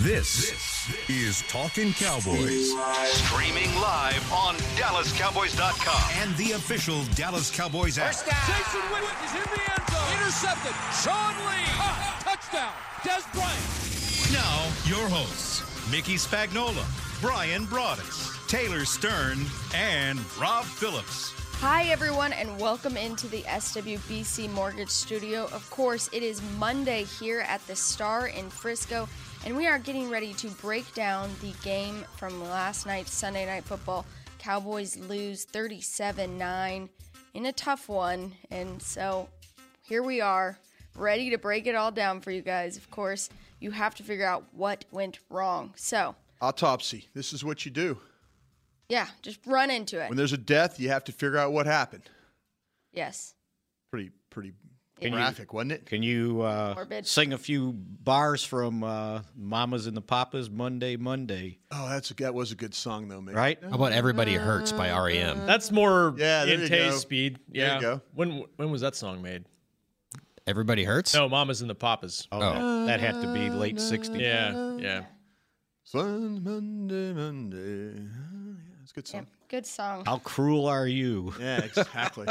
This, is Talking Cowboys Streaming live on DallasCowboys.com. and the official Dallas Cowboys app. Jason Witten is in the end zone. Intercepted. Sean Lee. Caught. Touchdown. Des Bryant. Now, your hosts, Mickey Spagnola, Brian Broaddus, Taylor Stern, and Rob Phillips. Hi, everyone, and welcome into the SWBC Mortgage Studio. Of course, it is Monday here at the Star in Frisco, and we are getting ready to break down the game from last night's Sunday Night Football. Cowboys lose 37 9 in a tough one, and so here we are, ready to break it all down for you guys. Of course, you have to figure out what went wrong. So, Autopsy. This is what you do. yeah, just run into it. When there's a death, you have to figure out what happened. yes. Pretty, pretty you- graphic, wasn't it? Can you uh, Morbid. sing a few bars from uh, Mamas and the Papas, Monday, Monday, Oh, that's a, that was a good song though, man. right? How about Everybody Hurts by REM? That's more Yeah, there you go. in Tay's speed. There Yeah. you go. When when was that song made? Everybody Hurts? No, Mama's and the Papas. Oh, That, that had to be late 60s. Yeah, yeah. Fun Monday, Monday. Yeah, it's a good song. Good song. How cruel are you? Yeah, exactly.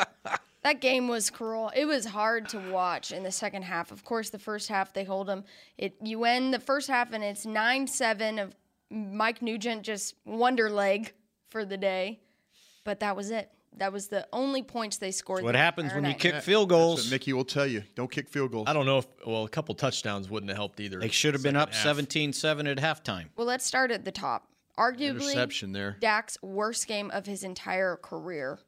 That game was cruel. It was hard to watch in the second half. Of course, the first half they hold them. It you end the first half and it's nine seven of Mike Nugent just wonder leg for the day, but that was it. That was the only points they scored. What the happens entire when you night. kick field but goals? Mickey will tell you, don't kick field goals. I don't know if well, a couple touchdowns wouldn't have helped either. They should have been Second up half. 17 7 at halftime. Well, let's start at the top. Arguably, Interception there Dak's worst game of his entire career.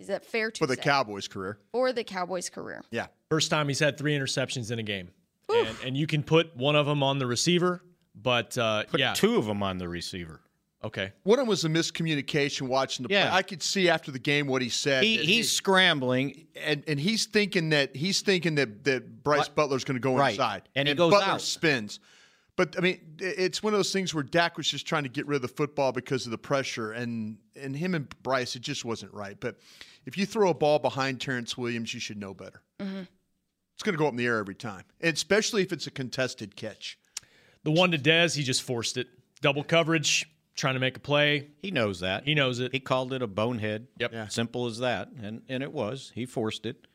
Is that fair to for the say? Cowboys' career. for the Cowboys' career? Yeah, First time he's had three interceptions in a game, and, and you can put one of them on the receiver, but uh, Put yeah, two of them on the receiver. okay. one of them was a miscommunication watching the Yeah. play. I could see after the game what he said. He, that he's scrambling. and and he's thinking that he's thinking that that Bryce Butler's going to go Right. inside, And he goes Butler out. spins. But I mean, i- it's one of those things where Dak was just trying to get rid of the football because of the pressure, and and him and Bryce, it just wasn't right. But if you throw a ball behind Terrence Williams, you should know better. Mm-hmm. It's going to go up in the air every time, and especially if it's a contested catch. The one to Dez, he just forced it. Double coverage, trying to make a play. He knows that. He knows it. He called it a bonehead. Yep. Yeah. Simple as that. And, and it was. He forced it.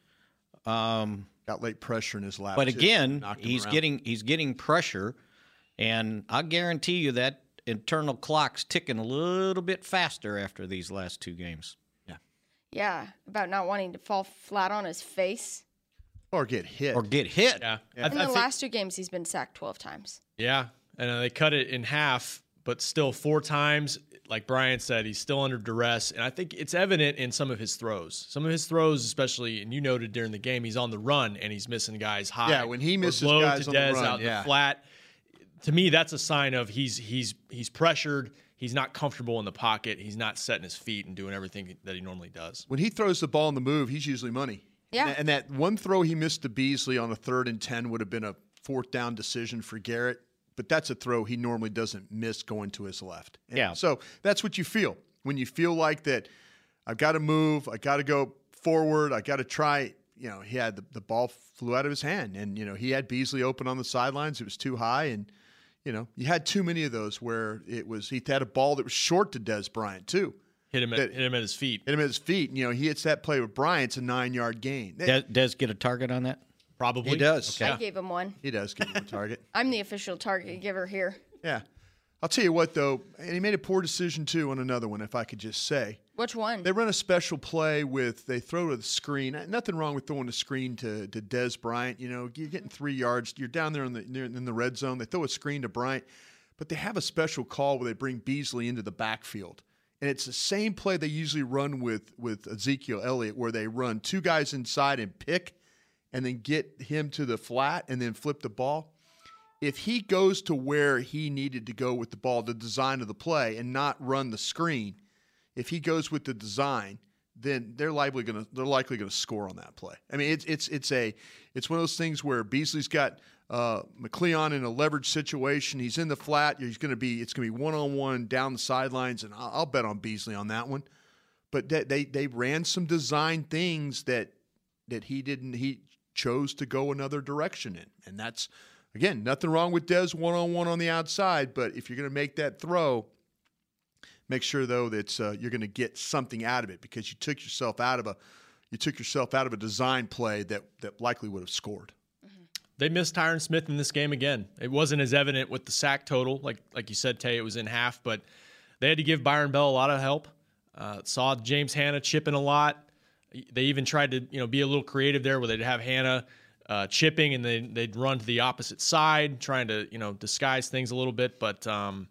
Um, Got late pressure in his lap. But too. again, Knocked him he's around. getting he's getting pressure, and I guarantee you that internal clock's ticking a little bit faster after these last two games. Yeah, about not wanting to fall flat on his face. or get hit. Or get hit. Yeah, I, In I the think- last two games, he's been sacked 12 times. yeah, and uh, they cut it in half, but still four times. Like Brian said, he's still under duress, and I think it's evident in some of his throws. Some of his throws, especially, and you noted during the game, he's on the run and he's missing guys high. Yeah, when he or misses low guys to on the Dez run, out in yeah. the flat. To me, that's a sign of he's he's he's pressured. He's not comfortable in the pocket. He's not setting his feet and doing everything that he normally does. when he throws the ball on the move, he's usually money. Yeah. And, and that one throw he missed to Beasley on a third and 10 would have been a fourth down decision for Garrett, but that's a throw he normally doesn't miss going to his left. And Yeah. So that's what you feel when you feel like that I've got to move, I got to go forward, I got to try. You know, he had the, the ball flew out of his hand and, you know, he had Beasley open on the sidelines. It was too high and, you know, you had too many of those where it was, he had a ball that was short to Des Bryant, too Hit him at, That- hit him at his feet. hit him at his feet. And, you know, he hits that play with Bryant. It's a nine yard gain. Does, does get a target on that? Probably I gave him one. He does get him a target. I'm the official target giver here. Yeah. I'll tell you what, though, and he made a poor decision, too, on another one, if I could just say. Which one? They run a special play with, they throw to the screen. Nothing wrong with throwing the screen to, to Des Bryant. You know, you're getting three yards. You're down there in the, near, in the red zone. They throw a screen to Bryant, but they have a special call where they bring Beasley into the backfield. And it's the same play they usually run with, with Ezekiel Elliott, where they run two guys inside and pick and then get him to the flat and then flip the ball. If he goes to where he needed to go with the ball, the design of the play, and not run the screen, if he goes with the design, then they're likely going to they're likely going to score on that play. I mean, it's it's it's a it's one of those things where Beasley's got uh, McLeon in a leverage situation. He's in the flat. He's going to be it's going to be one on one down the sidelines, and I'll, I'll bet on Beasley on that one. But they, they they ran some design things that that he didn't he chose to go another direction in, and that's Again, nothing wrong with Dez one on one on the outside, but if you're going to make that throw, make sure though that uh, you're going to get something out of it because you took yourself out of a you took yourself out of a design play that that likely would have scored. They missed Tyron Smith in this game again. It wasn't as evident with the sack total, like like you said, Tay. It was in half, but they had to give Byron Bell a lot of help. Uh, saw James Hanna chipping a lot. They even tried to you know be a little creative there, where they'd have Hanna uh, chipping and they they'd run to the opposite side, trying to you know disguise things a little bit. But um,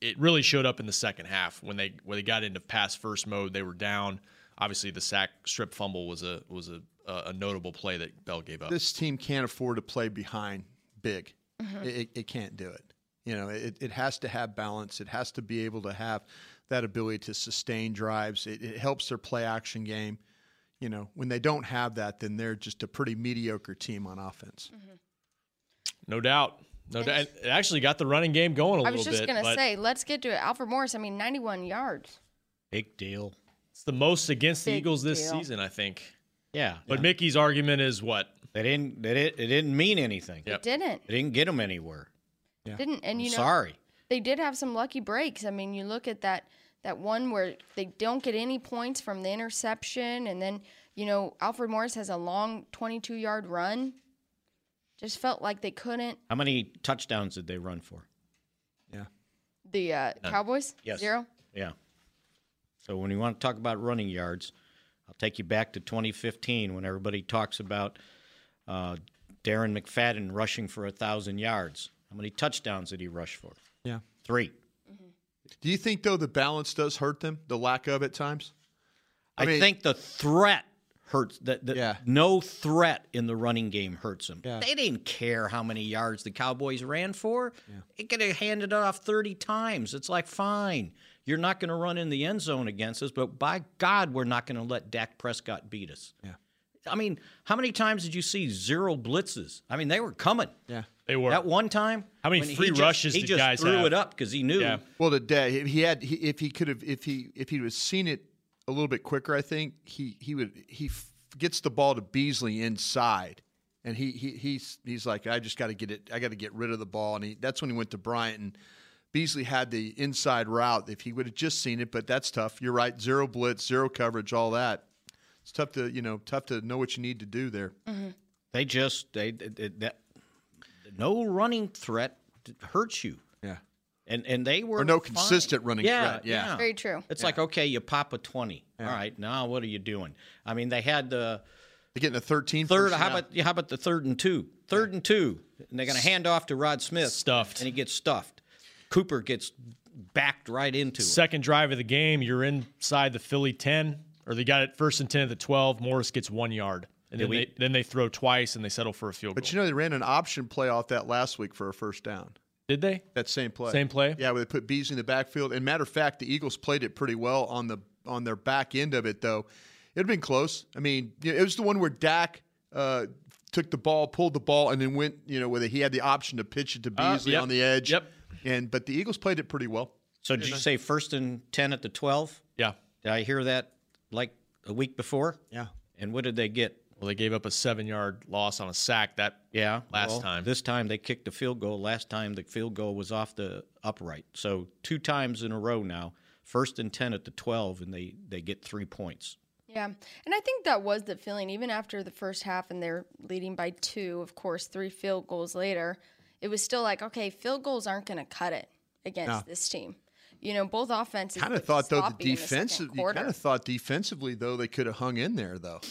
it really showed up in the second half when they when they got into pass first mode. They were down. Obviously, the sack strip fumble was a was a a a notable play that Bell gave up. This team can't afford to play behind big. It, it, it can't do it. You know, it, it has to have balance. It has to be able to have that ability to sustain drives. It, it helps their play action game. You know, when they don't have that, then they're just a pretty mediocre team on offense. No doubt. No doubt. It actually got the running game going a I little was just bit. gonna but say, let's get to it. Alfred Morris, I mean, 91 yards. Big deal. it's the most against the Big Eagles this deal. season, I think. Yeah. But Mickey's argument is what? They didn't. They didn't. It didn't mean anything. Yep. Didn't It didn't get them anywhere. didn't, and I'm you know, sorry. they did have some lucky breaks. I mean, you look at that that one where they don't get any points from the interception, and then you know Alfred Morris has a long 22 yard run. Just felt like they couldn't. How many touchdowns did they run for? The uh, Cowboys Yes. zero. Yeah. So when you want to talk about running yards, I'll take you back to 2015 when everybody talks about uh, Darren McFadden rushing for a thousand yards. How many touchdowns did he rush for? Yeah. Three. Do you think though the balance does hurt them? The lack of at times. I, mean- think the threat hurts. That the, Yeah. no threat in the running game hurts them. They didn't care how many yards the Cowboys ran for. It could have handed it off thirty times. It's like fine, you're not going to run in the end zone against us, but by God, we're not going to let Dak Prescott beat us. Yeah. I mean, how many times did you see zero blitzes? I mean, they were coming. Yeah. They were. That one time, How many when he free just- rushes he did just guys threw have? it up because he knew. Yeah. Well, today if he had, he, if he could have, if he if he was seen it a little bit quicker, I think he he would he f- gets the ball to Beasley inside, and he he he's he's like, I just got to get it, I got to get rid of the ball, and he, that's when he went to Bryant, and Beasley had the inside route. If he would have just seen it, but that's tough. You're right, zero blitz, zero coverage, all that. It's tough to you know tough to know what you need to do there. Mm. They just they, they- they- that no running threat d- hurts you, Yeah, and and they were or no fine. consistent running Yeah, threat. Yeah. Very true. It's like okay, you pop a twenty. All right, now what are you doing? I mean, they had the they're getting a 13 third. first How down. about yeah, how about the third and two? Third and two, and they're going to hand off to Rod Smith. Stuffed. and he gets stuffed. Cooper gets backed right into it. Second drive of the game, you're inside the Philly 10, or they got it first and 10 at the 12. Morris gets one yard. And then, we- they, then they throw twice and they settle for a field goal. But you know they ran an option play off that last week for a first down. Did they? That same play. Same play? Yeah, where they put Beasley in the backfield. And matter of fact, the Eagles played it pretty well on the on their back end of it, though. It'd been close. I mean, you know, it was the one where Dak uh, took the ball, pulled the ball, and then went. You know, whether he had the option to pitch it to Uh, Beasley yep. on the edge. Yep. And but the Eagles played it pretty well. So did you say first and ten at the twelve? Yeah. Did I hear that like a week before? Yeah. And what did they get? Well, they gave up a seven yard loss on a sack. That Yeah, Last time. This time they kicked a field goal. Last time the field goal was off the upright. So two times in a row now. First and ten at the twelve, and they they get three points. Yeah. And I think that was the feeling, even after the first half and they're leading by two, of course, three field goals later, it was still like, okay, field goals aren't going to cut it against this team. You know, both offenses Kind of looked thought though the sloppy in second defensive. you quarter. kind of thought defensively though they could have hung in there though.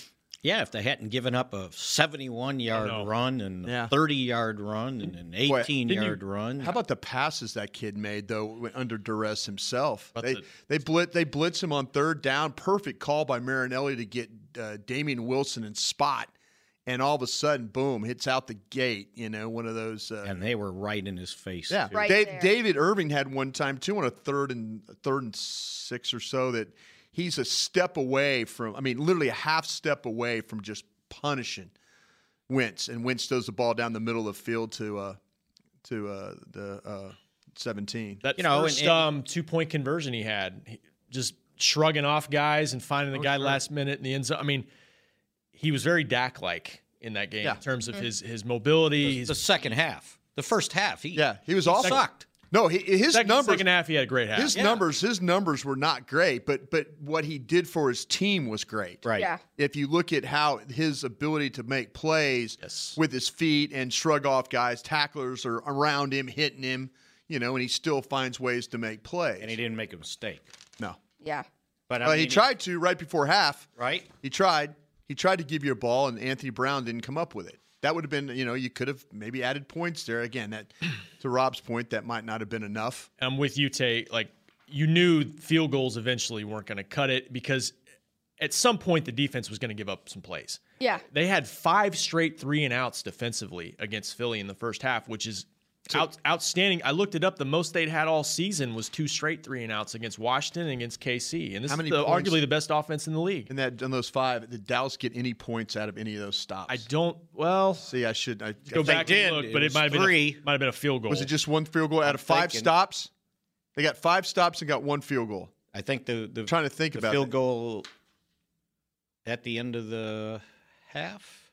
Yeah, if they hadn't given up a seventy-one yard know. run and Yeah. a thirty-yard run and an Boy, eighteen-yard run, How about the passes that kid made though when- under duress himself? They the- they blitz they blitz him on third down. Perfect call by Marinelli to get uh, Damian Wilson in spot, and all of a sudden, boom, hits out the gate. You know, one of those. Uh, and they were right in his face. yeah, too. Right Da- there. David Irving had one time too on a third and third and six or so that he's a step away from. I mean, literally a half step away from just punishing Wentz, and Wentz throws the ball down the middle of the field to uh, to uh, the uh, seventeen. That You know, first and- and- um, two point conversion he had, he- just Oh, shrugging off guys and finding the guy last minute in the end zone. I mean, he was very Dak like in that game Yeah. in terms of his his mobility. The his second half. The first half, he Yeah, he was he awful. sucked. No, he, his second, numbers. second half, he had a great half. his numbers. His numbers were not great, but but what he did for his team was great. Right. Yeah. If you look at how his ability to make plays Yes. with his feet and shrug off guys, tacklers are around him, hitting him, you know, and he still finds ways to make plays. And he didn't make a mistake. No, Yeah. But I Well, he mean, tried to right before half. Right. He tried. He tried to give you a ball, and Anthony Brown didn't come up with it. That would have been, you know, you could have maybe added points there. Again, that to Rob's point, that might not have been enough. And I'm with you, Tate. Like you knew field goals eventually weren't going to cut it because at some point the defense was going to give up some plays. Yeah. They had five straight three and outs defensively against Philly in the first half, which is out, outstanding. I looked it up. The most they'd had all season was two straight three and outs against Washington and against KC, and this How is many the, points- arguably the best offense in the league. In that, in those five, did Dallas get any points out of any of those stops? I don't. Well, see. I should. I, go back did. and look, It but it was might have three. been a, might have been a field goal. Was it just one field goal out of five thinking- stops? They got five stops and got one field goal. I think the the trying to think the about field it. goal at the end of the half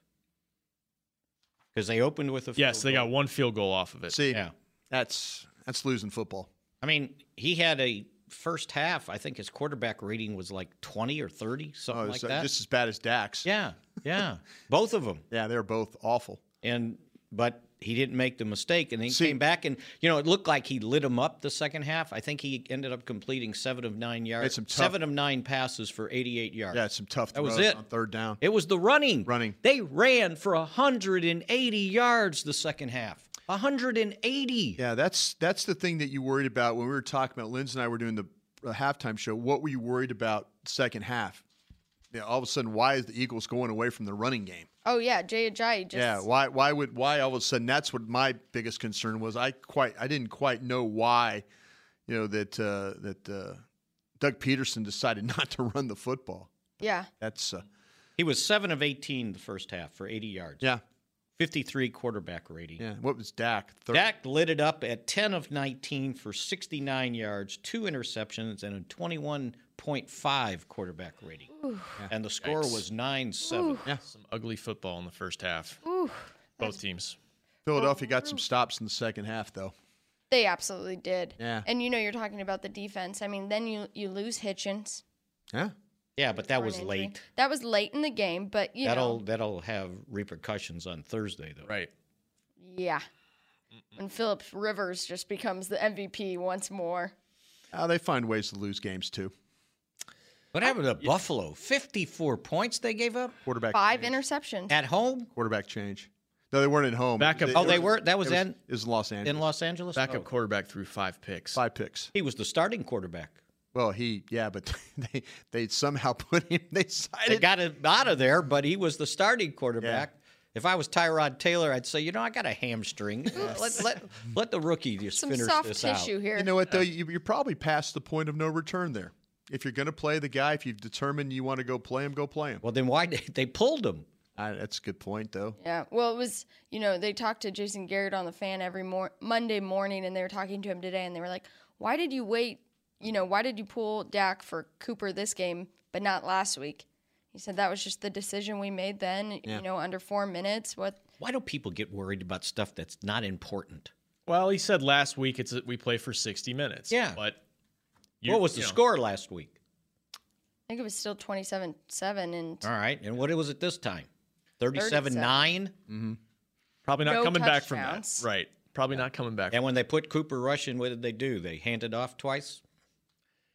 because they opened with a field yes, they goal. got one field goal off of it. See, yeah. that's that's losing football. I mean, he had a first half. I think his quarterback rating was like twenty or thirty, something Oh, like it's, uh, that. just as bad as Dax. yeah, yeah, both of them. yeah, they're both awful. and but he didn't make the mistake and he See- came back and you know it looked like he lit him up the second half i think he ended up completing seven of nine yards some tough- seven of nine passes for 88 yards Yeah, it's some tough. that was throws it on third down. it was the running Running. they ran for 180 yards the second half 180 Yeah, that's that's the thing that you worried about when we were talking about. Linz and I were doing the uh, halftime show. What were you worried about second half? Yeah, all of a sudden, why is the Eagles going away from the running game? Oh yeah, Jay Ajayi just yeah, why why would why all of a sudden? That's what my biggest concern was. I quite I didn't quite know why, you know that uh, that uh, Doug Peterson decided not to run the football. yeah. That's uh, he was seven of 18 the first half for 80 yards yeah 53 quarterback rating yeah. What was Dak? Third, Dak lit it up at 10 of 19 for 69 yards, two interceptions, and a 21.5 quarterback rating. And the score was 9 7. Some ugly football in the first half. Both teams. Philadelphia got some stops in the second half though. They absolutely did. Yeah. And you know you're talking about the defense. I mean, then you you lose Hitchens. Yeah, Yeah, but that was for an injury. late. That was late in the game, but you That'll know, that'll have repercussions on Thursday though. Right. yeah. When Philip Rivers just becomes the MVP once more. uh, they find ways to lose games too. What happened to Buffalo? 54 points they gave up Quarterback Five interceptions. at home quarterback change. No, they weren't at home. Backup- Oh, they it were- that was it was, in- it was in Los Angeles. in Los Angeles. Backup Oh. quarterback threw five picks. Five picks. He was the starting quarterback. Well, he yeah, but they they somehow put him. They decided They got him out of there, but he was the starting quarterback. If I was Tyrod Taylor, I'd say, you know, I got a hamstring. Uh, Let, let, let the rookie just Some finish soft this tissue out. here. You know what though? You, you're probably past the point of no return there. If you're going to play the guy, if you've determined you want to go play him, go play him. Well, then why they, they pulled him? I, that's a good point though. Yeah. Well, it was, you know, they talked to Jason Garrett on the fan every mor- Monday morning, and they were talking to him today, and they were like, why did you wait? You know, why did you pull Dak for Cooper this game, but not last week? He said that was just the decision we made then, you know, under four minutes. What? Why do people get worried about stuff that's not important? Well, he said last week it's we play for 60 minutes. Yeah. But you- what was the you know, score last week? I think it was still 27 7 and All right, and what was it this time? Thirty-seven nine. Probably not No coming back from that. touchdowns. Right. Probably not coming back. And when they put Cooper Rush in, what did they do? They handed off twice.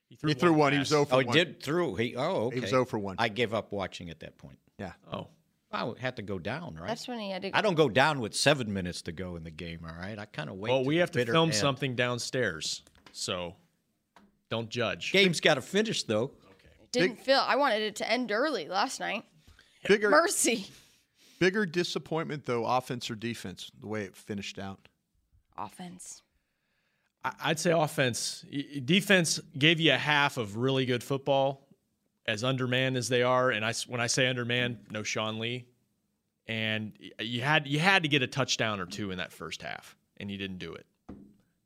He threw one. He pass. was over. Oh, he did through. He oh okay. He was 0 for 1. I gave up watching at that point. Yeah. Oh. I had to go down, right? that's when he had to I don't go down with seven minutes to go in the game. All right, I kind of wait. Well, till we the have to bitter film end. something downstairs, so don't judge. Game's got to finish though. Didn't feel. I wanted it to end early last night. Bigger Mercy. bigger disappointment though, offense or defense, the way it finished out. Offense. I- I'd say offense. Y- y- Defense gave you a half of really good football, as undermanned as they are. And I, s- when I say undermanned, no Sean Lee. And y- you had you had to get a touchdown or two in that first half, and you didn't do it.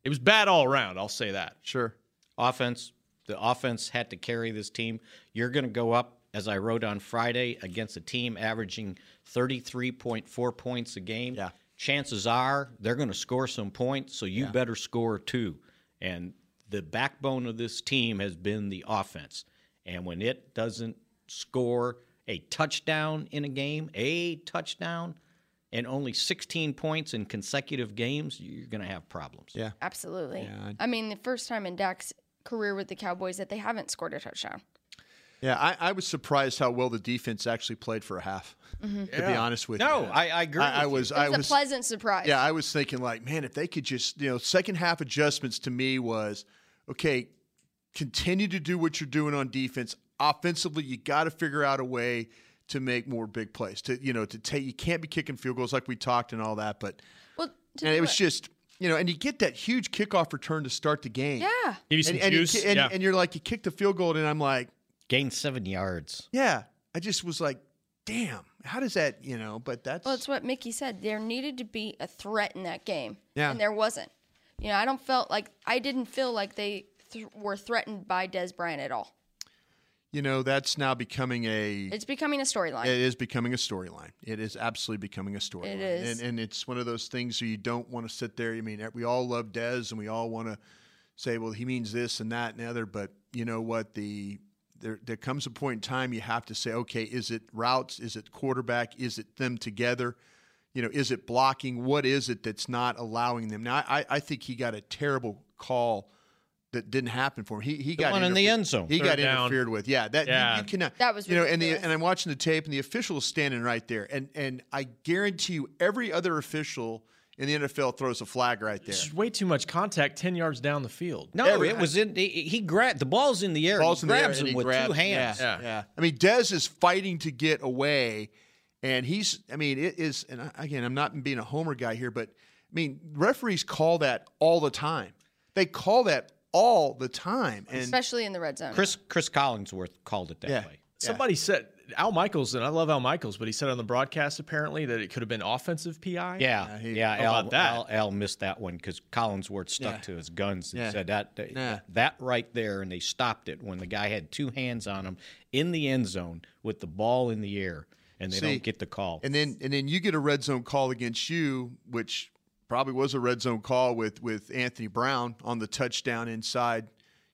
It was bad all around. I'll say that. Sure. offense. The offense had to carry this team. You're going to go up as I wrote on Friday, against a team averaging 33.4 points a game. Yeah. Chances are they're going to score some points, so you better score too. And the backbone of this team has been the offense. And when it doesn't score a touchdown in a game, a touchdown, and only 16 points in consecutive games, you're going to have problems. Yeah. Absolutely. I mean, the first time in Dak's career with the Cowboys that they haven't scored a touchdown. Yeah, I, I was surprised how well the defense actually played for a half. To be honest with you, No, I, I agree. I, with I you. was, It I was a was, pleasant surprise. yeah, I was thinking like, man, if they could just, you know, second half adjustments to me was, okay, continue to do what you're doing on defense. Offensively, you got to figure out a way to make more big plays. To you know, to take, you can't be kicking field goals like we talked and all that. But well, to and do it was just, you know, and you get that huge kickoff return to start the game. yeah. Give you some And, and, you, juice. ki- and, yeah. and you're like, you kicked the field goal, and I'm like, Gained seven yards. yeah, I just was like, damn, how does that, you know? But that's Well, it's what Mickey said. There needed to be a threat in that game, Yeah. and there wasn't. You know, I don't felt like I didn't feel like they th- were threatened by Des Bryant at all. you know, that's now becoming a. It's becoming a storyline. It is becoming a storyline. It is absolutely becoming a storyline. It is. And, and it's one of those things where you don't want to sit there. I mean, we all love Dez and we all want to say, well, he means this and that and the other. But you know what? The there, there comes a point in time you have to say, okay, is it routes? Is it quarterback? Is it them together? You know, is it blocking? What is it that's not allowing them? Now, I, I think he got a terrible call that didn't happen for him. He, he got one in the interfe- end zone. He Third got down. interfered with. Yeah, that you- Yeah. you cannot. That was you know, and the ridiculous. and I'm watching the tape, and the official is standing right there, and and I guarantee you, every other official in the NFL throws a flag right there. It's just way too much contact 10 yards down the field. No, Every- it was in. He, he grabbed the ball's in the air. Ball's he in the air, grabs and him he with two grabbed- hands. Yeah. Yeah, I mean, Dez is fighting to get away, and he's. I mean, it is. And I, again, I'm not being a homer guy here, but I mean, referees call that all the time. They call that all the time, and especially in the red zone. Chris Chris Collingsworth called it that Yeah. way. Somebody said Al Michaels, and I love Al Michaels, but he said on the broadcast apparently that it could have been offensive PI. Yeah, yeah. How Al, about that? Al, Al missed that one because Collinsworth stuck to his guns and Yeah. said that that, Nah. that right there, and they stopped it when the guy had two hands on him in the end zone with the ball in the air, and they See, don't get the call. and then and then you get a red zone call against you, which probably was a red zone call with with Anthony Brown on the touchdown inside.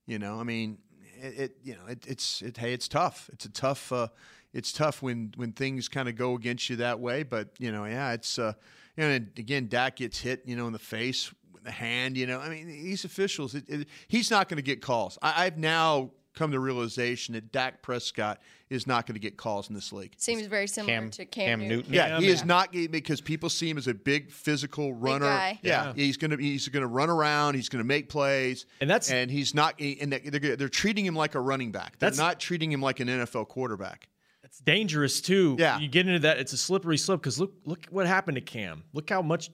You know, I mean, it, it you know it, it's it hey it's tough. It's a tough uh, it's tough when when things kind of go against you that way. But you know, yeah, it's uh, you know, and again, Dak gets hit, you know, in the face. with The hand, you know. I mean, these officials. It, it, he's not going to get calls. I, I've now come to the realization that Dak Prescott is not going to get calls in this league. Seems very similar Cam- to Cam, Cam Newton. Newton. Yeah, he Yeah. is not because people see him as a big physical runner. guy. Yeah, he's gonna he's gonna run around. He's gonna make plays. And that's- and he's not and they're they're treating him like a running back. They're That's- not treating him like an NFL quarterback. It's dangerous too. Yeah. You get into that, it's a slippery slope because look look what happened to Cam. Look how much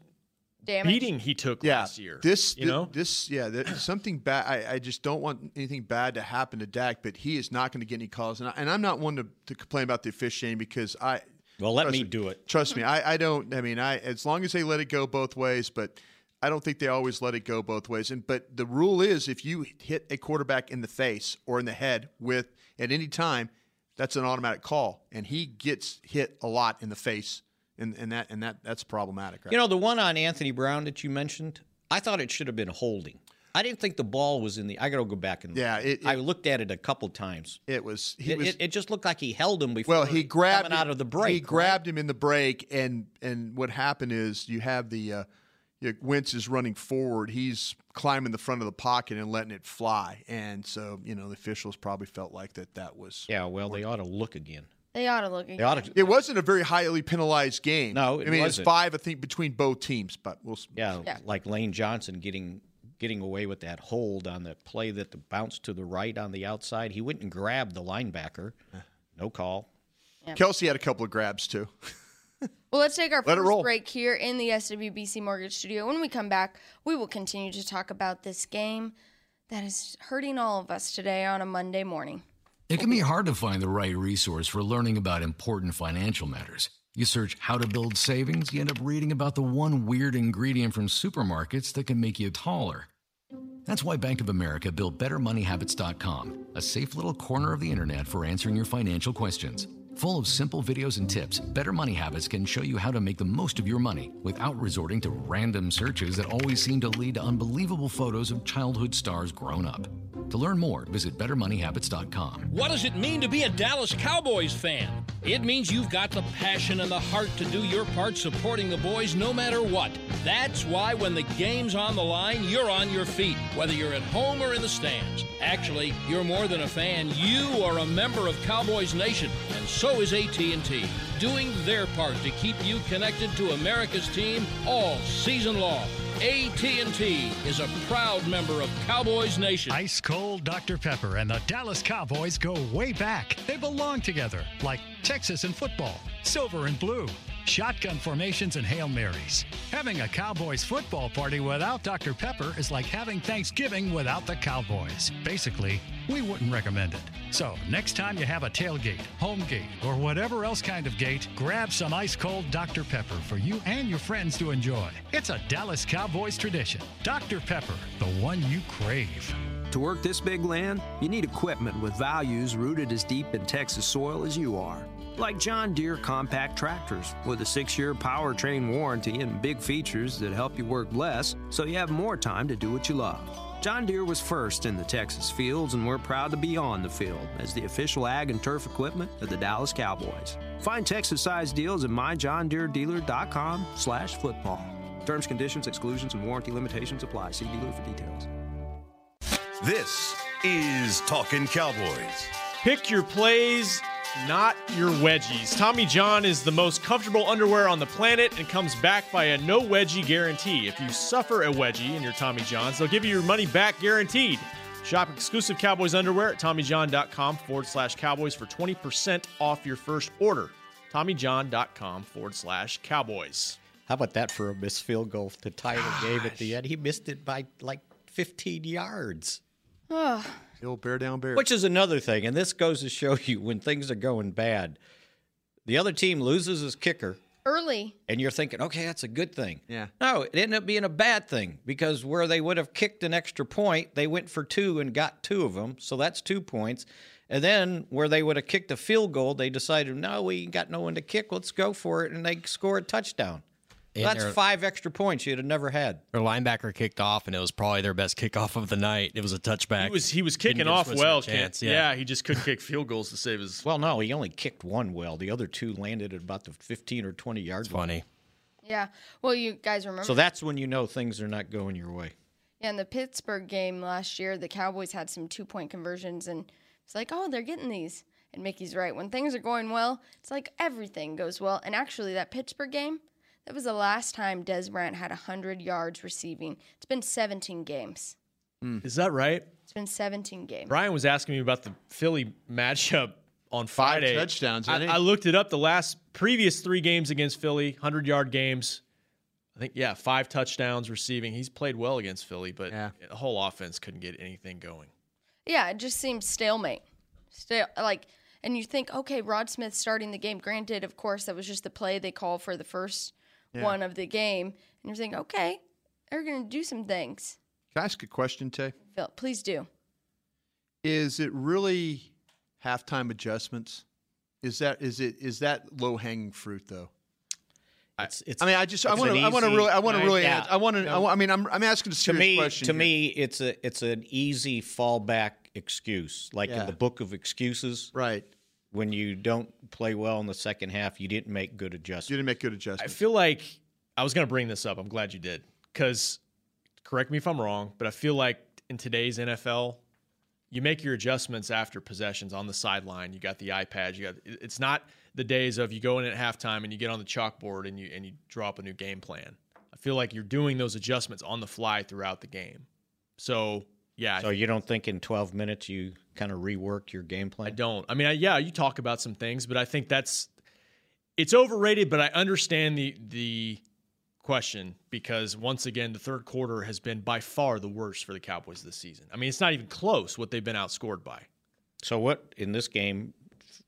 Damn it. beating he took Yeah, last year. this you know? this yeah that, something bad. I, I just don't want anything bad to happen to Dak, but he is not going to get any calls. And, I, and I'm not one to, to complain about the officiating because I well, let trust me do it. Trust me, I, I don't. I mean, I as long as they let it go both ways, but I don't think they always let it go both ways. And but the rule is, if you hit a quarterback in the face or in the head with at any time, that's an automatic call, and he gets hit a lot in the face, and, and that and that that's problematic. Right? You know, the one on Anthony Brown that you mentioned, I thought it should have been holding. I didn't think the ball was in the. I got to go back and. Yeah, it- I it- looked at it a couple times. it was he It, was it, it just looked like he held him before. Well, he grabbed coming out of the break. He right? grabbed him in the break, and and what happened is you have the uh, you know, Wentz is running forward. He's climbing the front of the pocket and letting it fly, and so you know the officials probably felt like that that was. Yeah, well, they ought to look again. They ought to look. They ought to. It wasn't a very highly penalized game. No, I it mean it's wasn't. five, I think, between both teams. But we'll s- Yeah, Yeah. like Lane Johnson getting getting away with that hold on that play that the bounce to the right on the outside. He went and grabbed the linebacker. No call. Kelsey had a couple of grabs too. Well, let's take our Let it first roll. break here in the SWBC Mortgage Studio. When we come back, we will continue to talk about this game that is hurting all of us today on a Monday morning. It can be hard to find the right resource for learning about important financial matters. You search how to build savings, you end up reading about the one weird ingredient from supermarkets that can make you taller. That's why Bank of America built BetterMoneyHabits.com, a safe little corner of the internet for answering your financial questions. Full of simple videos and tips, Better Money Habits can show you how to make the most of your money without resorting to random searches that always seem to lead to unbelievable photos of childhood stars grown up. To learn more, visit BetterMoneyHabits.com. What does it mean to be a Dallas Cowboys fan? It means you've got the passion and the heart to do your part supporting the boys no matter what. That's why when the game's on the line, you're on your feet, whether you're at home or in the stands. Actually, you're more than a fan, you are a member of Cowboys Nation, and so is AT&T, doing their part to keep you connected to America's team all season long. AT&T is a proud member of Cowboys Nation. Ice Cold Dr. Pepper and the Dallas Cowboys go way back. They belong together, like Texas and football, silver and blue, shotgun formations and Hail Marys. Having a Cowboys football party without Dr. Pepper is like having Thanksgiving without the Cowboys. Basically, we wouldn't recommend it. So, next time you have a tailgate, home gate, or whatever else kind of gate, grab some ice cold Dr. Pepper for you and your friends to enjoy. It's a Dallas Cowboys tradition. Dr. Pepper, the one you crave. To work this big land, you need equipment with values rooted as deep in Texas soil as you are. Like John Deere compact tractors with a six year powertrain warranty and big features that help you work less so you have more time to do what you love. John Deere was first in the Texas fields, and we're proud to be on the field as the official ag and turf equipment of the Dallas Cowboys. Find Texas-sized deals at myjohndeeredealer.com slash football. Terms, conditions, exclusions, and warranty limitations apply. See dealer for details. This is Talking Cowboys. Pick your plays, not your wedgies. Tommy John is the most comfortable underwear on the planet and comes back by a no wedgie guarantee. If you suffer a wedgie in your Tommy John's, they'll give you your money back guaranteed. Shop exclusive Cowboys underwear at TommyJohn.com forward slash Cowboys for 20% off your first order. TommyJohn.com forward slash Cowboys. How about that for a missed field goal to tie the game at the end? He missed it by like 15 yards. Ugh. He'll bear down bear. Which is another thing, and this goes to show you when things are going bad, the other team loses his kicker, Early. and you're thinking, okay, that's a good thing. Yeah. No, it ended up being a bad thing because where they would have kicked an extra point, they went for two and got two of them, so that's two points. And then where they would have kicked a field goal, they decided, no, we ain't got no one to kick. Let's go for it, and they score a touchdown. And that's they're- five extra points you'd have never had. Their linebacker kicked off, and it was probably their best kickoff of the night. It was a touchback. He was he was Didn't kicking give off Switzerland a well, chance, Kent. Yeah. he just couldn't kick field goals to save his. Well, no, he only kicked one well. The other two landed at about the 15 or 20 yards. funny. Yeah. Well, you guys remember So that's when you know things are not going your way. Yeah, in the Pittsburgh game last year, the Cowboys had some two point conversions, and it's like, oh, they're getting these. And Mickey's right. When things are going well, it's like everything goes well. And actually, that Pittsburgh game, that was the last time Des Bryant had 100 yards receiving. It's been 17 games. Is that right? It's been 17 games. Brian was asking me about the Philly matchup on Friday. touchdowns, I, isn't it? I looked it up. The last previous three games against Philly, hundred yard games. I think yeah, five touchdowns receiving. He's played well against Philly, but Yeah. the whole offense couldn't get anything going. Yeah, it just seems stalemate. Stale, like, and you think, okay, Rod Smith starting the game. Granted, of course, that was just the play they called for the first one of the game, and you're thinking, okay, they're going to do some things. Can I ask a question, Tay? Phil, please do. Is it really halftime adjustments? Is that is it is that low hanging fruit though? It's, it's, I mean, I just I it's want to an I want to easy- really I want to really Yeah. ans- I want to I, mean I'm I'm asking a to serious me question to here. me it's a it's an easy fallback excuse like Yeah. in the book of excuses right when you don't play well in the second half you didn't make good you adjustments didn't make good I adjustments feel like I was going to bring this up. I'm glad you did. Because, correct me if I'm wrong, but I feel like in today's NFL, you make your adjustments after possessions on the sideline. You got the iPad. You got. it- It's not the days of you go in at halftime and you get on the chalkboard and you and you draw up a new game plan. I feel like you're doing those adjustments on the fly throughout the game. So yeah, I so you don't think in 12 minutes you kind of reworked your game plan I don't. I mean, I, yeah, you talk about some things, but I think that's it's overrated. But I understand the the question because once again, the third quarter has been by far the worst for the Cowboys this season. I mean, it's not even close what they've been outscored by. so what in this game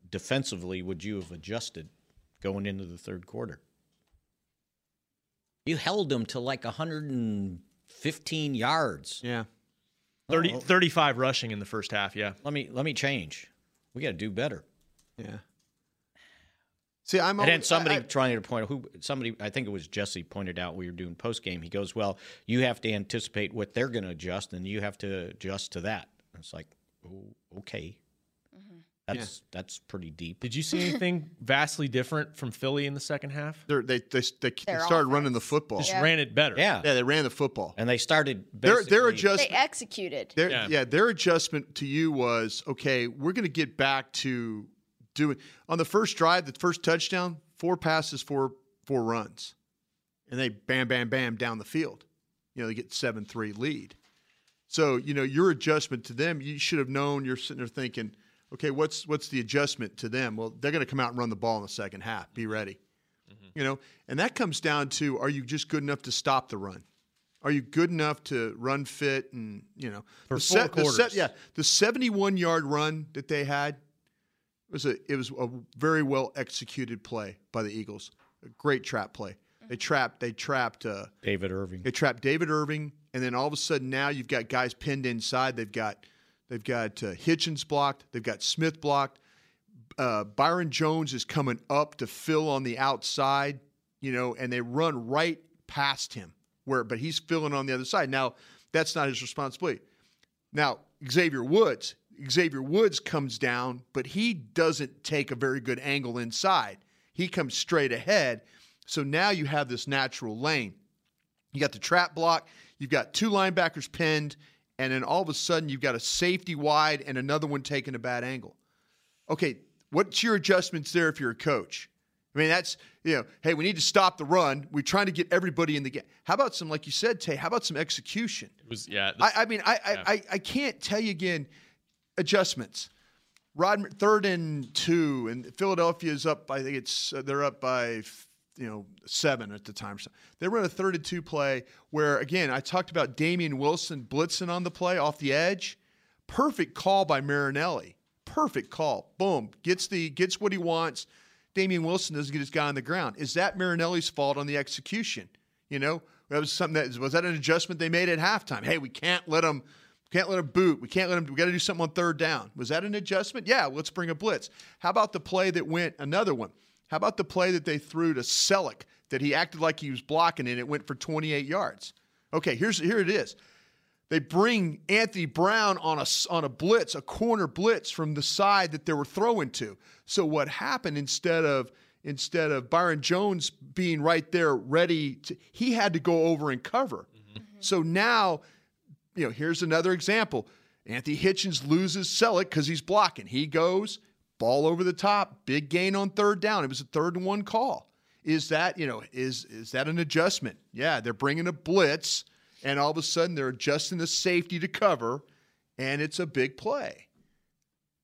defensively would you have adjusted going into the third quarter you held them to like 115 yards yeah 30, 35 rushing in the first half. Yeah. Let me let me change. We got to do better. Yeah. See, I'm and then always- somebody I- I- trying to point out who somebody I think it was Jesse pointed out we were doing post game. He goes, "Well, you have to anticipate what they're going to adjust, and you have to adjust to that." And it's like, oh, okay, Mm-hmm. that's that's pretty deep. Did you see anything vastly different from Philly in the second half? They're, they they they, Their started running the football. Just ran it better. Yeah, Yeah, they ran the football. and they started. Their their basically- adjustment. They executed. Their, Yeah. yeah. their adjustment to you was okay. We're going to get back to doing on the first drive, the first touchdown, four passes, four four runs, and they bam, bam, bam down the field. You know, they get seven three lead. So you know your adjustment to them. You should have known. You're sitting there thinking, okay, what's what's the adjustment to them? Well, they're going to come out and run the ball in the second half. Mm-hmm. Be ready. You know, and that comes down to are you just good enough to stop the run? Are you good enough to run fit and you know For the four the quarters. yeah, the seventy-one yard run that they had was a it was a very well executed play by the Eagles. A great trap play. Mm-hmm. They trapped they trapped uh, David Irving. they trapped David Irving, and then all of a sudden now you've got guys pinned inside. They've got they've got uh, Hitchens blocked. They've got Smith blocked. Uh, Byron Jones is coming up to fill on the outside, you know, and they run right past him. Where, but he's filling on the other side. Now that's not his responsibility. Now Xavier Woods, Xavier Woods comes down, but he doesn't take a very good angle inside. He comes straight ahead. So now you have this natural lane. You got the trap block. You've got two linebackers pinned, and then all of a sudden you've got a safety wide and another one taking a bad angle. Okay, what's your adjustments there if you're a coach? I mean, that's you know, hey, we need to stop the run. We're trying to get everybody in the game. How about some, like you said, Tay? How about some execution? It was yeah. I, I mean, I, I, I, I can't tell you again. Adjustments. Rod, third and two, and Philadelphia is up. I think it's uh, they're up by you know seven at the time. So they run a third and two play where again I talked about Damian Wilson blitzing on the play off the edge. Perfect call by Marinelli. Perfect call. Boom. Gets the gets what he wants. Damian Wilson doesn't get his guy on the ground. Is that Marinelli's fault on the execution? You know, that was something that was that an adjustment they made at halftime. Hey, we can't let them can't let him boot. We can't let him. We got to do something on third down. Was that an adjustment? Yeah, let's bring a blitz. How about the play that went another one? How about the play that they threw to Selleck that he acted like he was blocking and it went for 28 yards? Okay, here's here it is. They bring Anthony Brown on a s- on a blitz, a corner blitz from the side that they were throwing to. So what happened instead of instead of Byron Jones being right there ready, to, he had to go over and cover. So now you know, here's another example. Anthony Hitchens loses Selleck because he's blocking. He goes ball over the top, big gain on third down. It was a third and one call. Is that you know is is that an adjustment? Yeah, they're bringing a blitz, and all of a sudden they're adjusting the safety to cover, and it's a big play.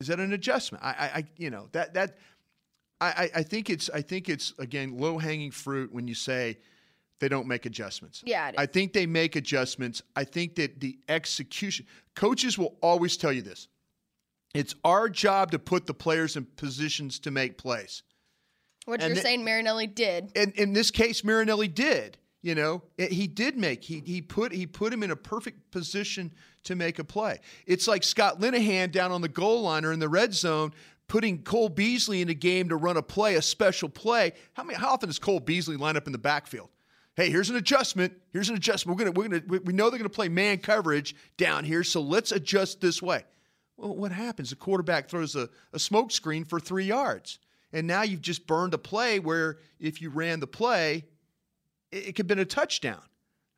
Is that an adjustment? I, I, I you know that that I, I I think it's I think it's again low hanging fruit when you say they don't make adjustments. Yeah, it I think they make adjustments. I think that the execution, coaches will always tell you this. It's our job to put the players in positions to make plays. What And you're the- saying, Marinelli did. And in this case, Marinelli did. You know, It- he did make he he put he put him in a perfect position to make a play. It's like Scott Linehan down on the goal line or in the red zone, putting Cole Beasley in a game to run a play, a special play. How many? How often does Cole Beasley line up in the backfield? Hey, here's an adjustment. Here's an adjustment. We're gonna we're gonna we- we know they're gonna play man coverage down here, so let's adjust this way. Well, what happens? The quarterback throws a, a smoke screen for three yards. And now you've just burned a play where if you ran the play, it, it could have been a touchdown.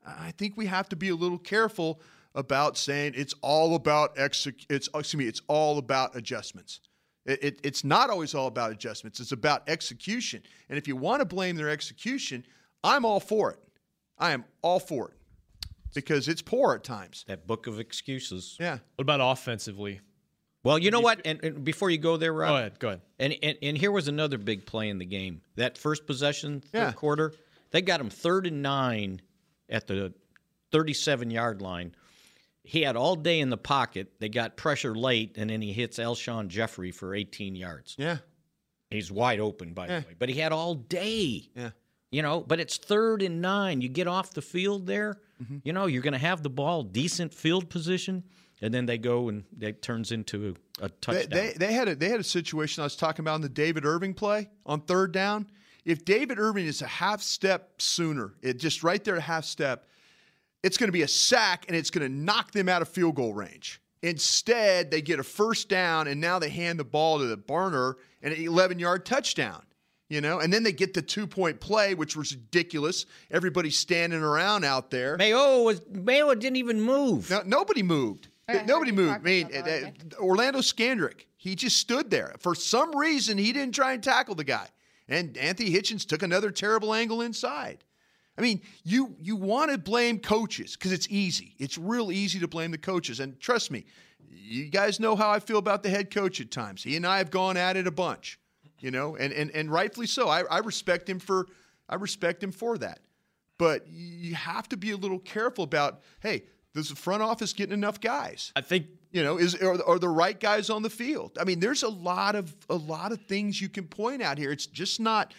I think we have to be a little careful about saying it's all about exec- it's oh, excuse me, it's all about adjustments. It, it, it's not always all about adjustments. It's about execution. And if you want to blame their execution, I'm all for it. I am all for it because it's poor at times. that book of excuses. Yeah. What about offensively? Well, you know what? And, and before you go there, Rob, Go ahead. Go ahead. And, and and here was another big play in the game. That first possession, third Yeah. quarter, they got him third and nine at the thirty-seven yard line. He had all day in the pocket. They got pressure late, and then he hits Elshon Jeffrey for eighteen yards. Yeah. He's wide open, by Yeah. the way, but he had all day. Yeah. You know, but it's third and Mm-hmm. nine. You get off the field there. You know, you're going to have the ball, decent field position. and then they go and it turns into a, a They, touchdown. they, they had a they had a situation I was talking about in the David Irving play on third down. If David Irving is a half step sooner, it just right there at half step, it's going to be a sack and it's going to knock them out of field goal range. Instead, they get a first down and now they hand the ball to the burner and an 11 yard touchdown. You know, and then they get the two point play, which was ridiculous. Everybody's standing around out there. Mayo was Mayo didn't even move. No, nobody moved. All right, nobody how do you moved. I mean, talk about uh, uh, Orlando Scandrick, he just stood there. For some reason, he didn't try and tackle the guy. And Anthony Hitchens took another terrible angle inside. I mean, you you want to blame coaches because it's easy. It's real easy to blame the coaches. And trust me, you guys know how I feel about the head coach at times. He and I have gone at it a bunch, you know, and and, and rightfully so. I, I respect him for I respect him for that. But you have to be a little careful about, hey, does the front office getting enough guys? I think you know is are, are the right guys on the field. I mean, there's a lot of a lot of things you can point out here. It's just not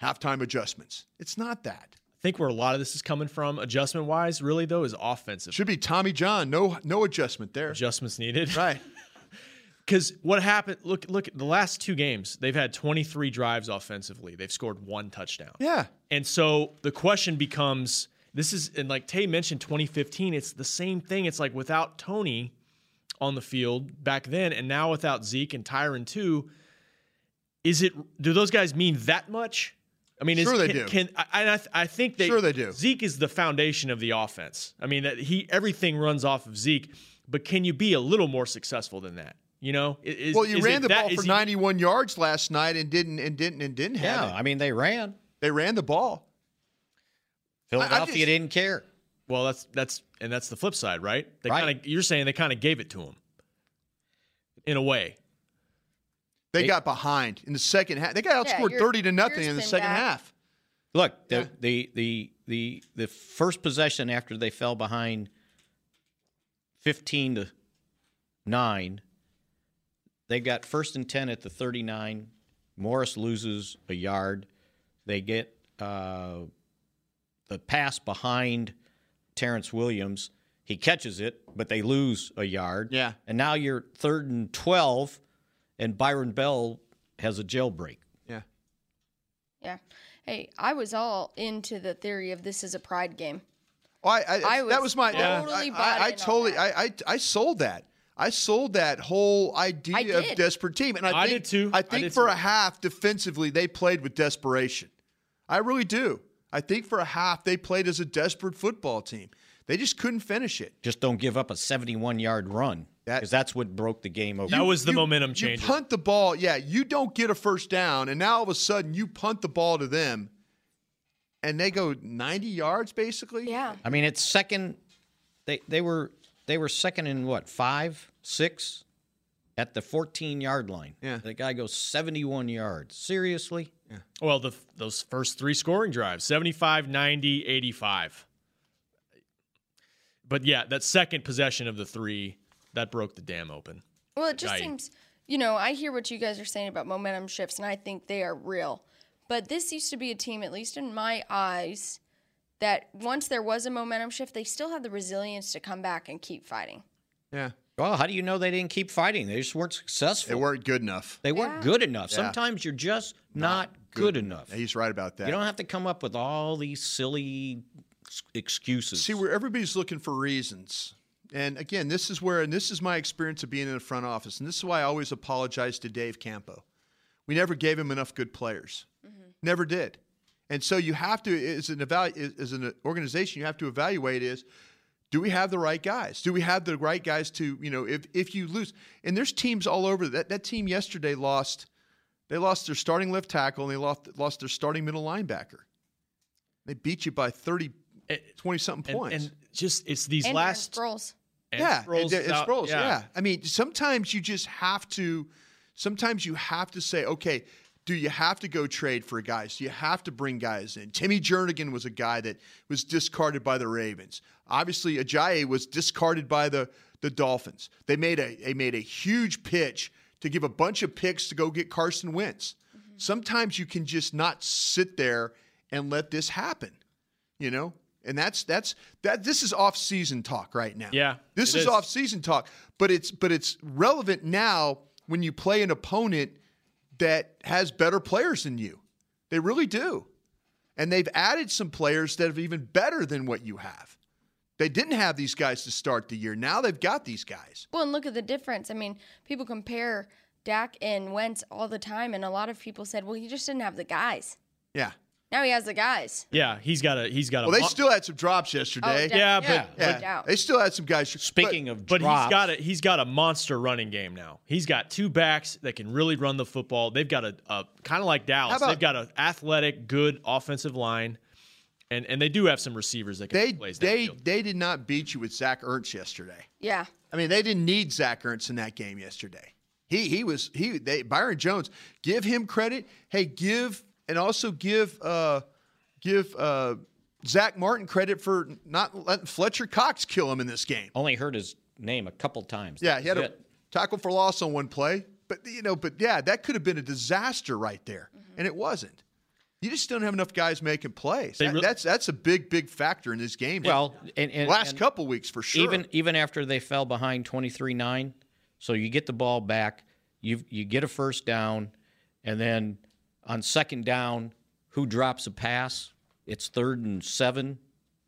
halftime adjustments. It's not that. I think where a lot of this is coming from, adjustment wise, really though, is offensive. Should be Tommy John. No, no adjustment there. Adjustments needed, right? Because what happened? Look, look at the last two games. They've had 23 drives offensively. They've scored one touchdown. Yeah. And so the question becomes: This is and like Tay mentioned, 2015. It's the same thing. It's like without Tony on the field back then, and now without Zeke and Tyron too. Is it? Do those guys mean that much? I mean, is, Sure they can, do. Can I, and I, th- I think they Sure they do. Zeke is the foundation of the offense. I mean, that he everything runs off of Zeke, but can you be a little more successful than that? You know, I- is, well, you is ran it the that- ball is for he- 91 yards last night and didn't and didn't and didn't have. Yeah, it. I mean they ran. They ran the ball. Philadelphia just- didn't care. Well, that's that's and that's the flip side, right? They Right. kind of you're saying they kind of gave it to him in a way. They got behind in the second half. They got Yeah, outscored your- 30 to nothing in the yours been second back. half. Look, the, the the the the first possession after they fell behind fifteen to nine, they got first and ten at the thirty nine. Morris loses a yard. They get uh, the pass behind Terrence Williams. He catches it, but they lose a yard. Yeah. And now you're third and twelve, and Byron Bell has a jailbreak. Yeah. Yeah. Hey, I was all into the theory of this is a pride game. Oh, I, I, I was that was my totally I, bought I, I in on totally I, I I sold that. I sold that whole I idea did. of desperate team, and I, I think, did too. I I think did for too. a half defensively they played with desperation. I really do. I think for a half they played as a desperate football team. They just couldn't finish it. just don't give up a 71 yard run That- because that's what broke the game over. That was the you- momentum You changer. punt the ball, yeah. You don't get a first down, and now all of a sudden you punt the ball to them, and they go ninety yards basically. Yeah. I mean, it's second. They they were they were second in what five six at the 14 yard line. Yeah. the guy goes 71 yards. Seriously, Well, the those first three scoring drives 75, 90, 85. But yeah, that second possession of the three that broke the dam open. Well, it just Right. seems, you know, I hear what you guys are saying about momentum shifts, and I think they are real. But this used to be a team, at least in my eyes, that once there was a momentum shift, they still had the resilience to come back and keep fighting. yeah. Well, how do you know they didn't keep fighting? They just weren't successful. They weren't good enough. They weren't good enough. Yeah. Sometimes you're just not, good, enough. He's right about that. You don't have to come up with all these silly s- excuses. See, where everybody's looking for reasons. And again, this is where, and this is my experience of being in the front office. And this is why I always apologize to Dave Campo. We never gave him enough good players, never did. And so you have to, as an, evalu- as an organization, you have to evaluate is do we have the right guys? Do we have the right guys to, you know, if, if you lose, and there's teams all over that, that team yesterday lost, they lost their starting left tackle and they lost, lost their starting middle linebacker. They beat you by 30, 20 something Eh, And, points. and just it's these and Aaron last Sproles. and yeah, Sproles and, and out- Sproles, yeah. I mean, sometimes you just have to. Sometimes you have to say, okay, do you have to go trade for guys? Do you have to bring guys in? Timmy Jernigan was a guy that was discarded by the Ravens. Obviously, Ajayi was discarded by the the Dolphins. They made a they made a huge pitch to give a bunch of picks to go get Carson Wentz. Sometimes you can just not sit there and let this happen. You know, And that's that's that this is off-season talk right now. Yeah, This it is, is. off-season talk, but it's but it's relevant now when you play an opponent that has better players than you. They really do. And they've added some players that are even better than what you have. They didn't have these guys to start the year. Now they've got these guys. Well, and look at the difference. I mean, people compare Dak and Wentz all the time, and a lot of people said, well, he just didn't have the guys. Yeah. Now he has the guys. Yeah, he's got a he's got a. Well, they mo- still had some drops yesterday. Oh, yeah, yeah, but yeah. but- Doubt. They still had some guys. Speaking of But he's got a he's got a monster running game now. He's got two backs that can really run the football. They've got a, a kind of like Dallas. about- they've got an athletic, good offensive line, and and they do have some receivers that can they play. they they did not beat you with Zach Ertz yesterday. Yeah. I mean, they didn't need Zach Ertz in that game yesterday. He he was he they Byron Jones. Give him credit. Hey, give and also give uh give uh Zach Martin credit for not letting Fletcher Cox kill him in this game. Only heard his name a couple times. Yeah, he had a That's it. tackle for loss on one play, but you know, but yeah, that could have been a disaster right there, and it wasn't. You just don't have enough guys making plays. That- that's that's a big big factor in this game. Well, and, and last and couple weeks for sure. Even even after they fell behind 23-9, so you get the ball back, you you get a first down, and then on second down, who drops a pass? It's third and seven.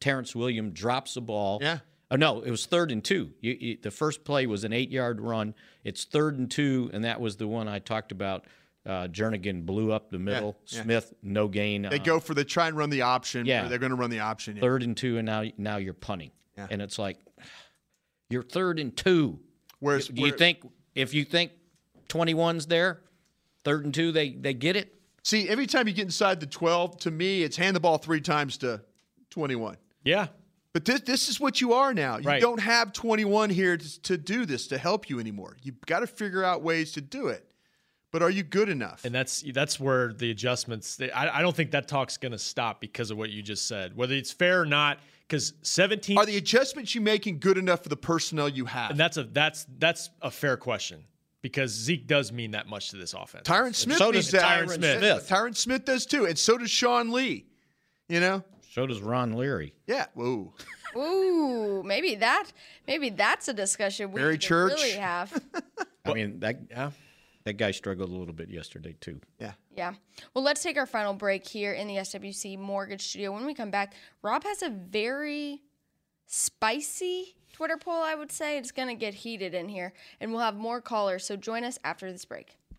Terrence William drops the ball. Yeah. Oh no, it was third and two. You, you, the first play was an eight-yard run. It's third and two, and that was the one I talked about. Uh, Jernigan blew up the middle. yeah. Smith, no gain. they uh, go for the try and run the option. Yeah. or they're going to run the option. yeah. third and two, and now now you're punting, and it's like you're third and two. Whereas- do you where- think if you think 21's there, third and two, they they get it. See, every time you get inside the twelve, to me, it's hand the ball three times to twenty-one. Yeah. But this, this is what you are now. You Right. don't have 21 here to, to do this, to help you anymore. You've got to figure out ways to do it. But are you good enough? And that's that's where the adjustments. They, I, I don't think that talk's going to stop because of what you just said. Whether it's fair or not, because seventeen Are the adjustments you're making good enough for the personnel you have? and that's a that's that's a fair question because Zeke does mean that much to this offense. Tyron Smith so needs does that. Tyron Smith. Tyron Smith does too, and so does Sean Lee. You know? So does Ron Leary. Yeah. Whoa. Ooh, maybe that maybe that's a discussion we Barry could Church. really have. I mean that that guy struggled a little bit yesterday too. Yeah. Yeah. Well, let's take our final break here in the SWC Mortgage Studio. When we come back, Rob has a very spicy Twitter poll, I would say. It's going to get heated in here, and we'll have more callers. So join us after this break.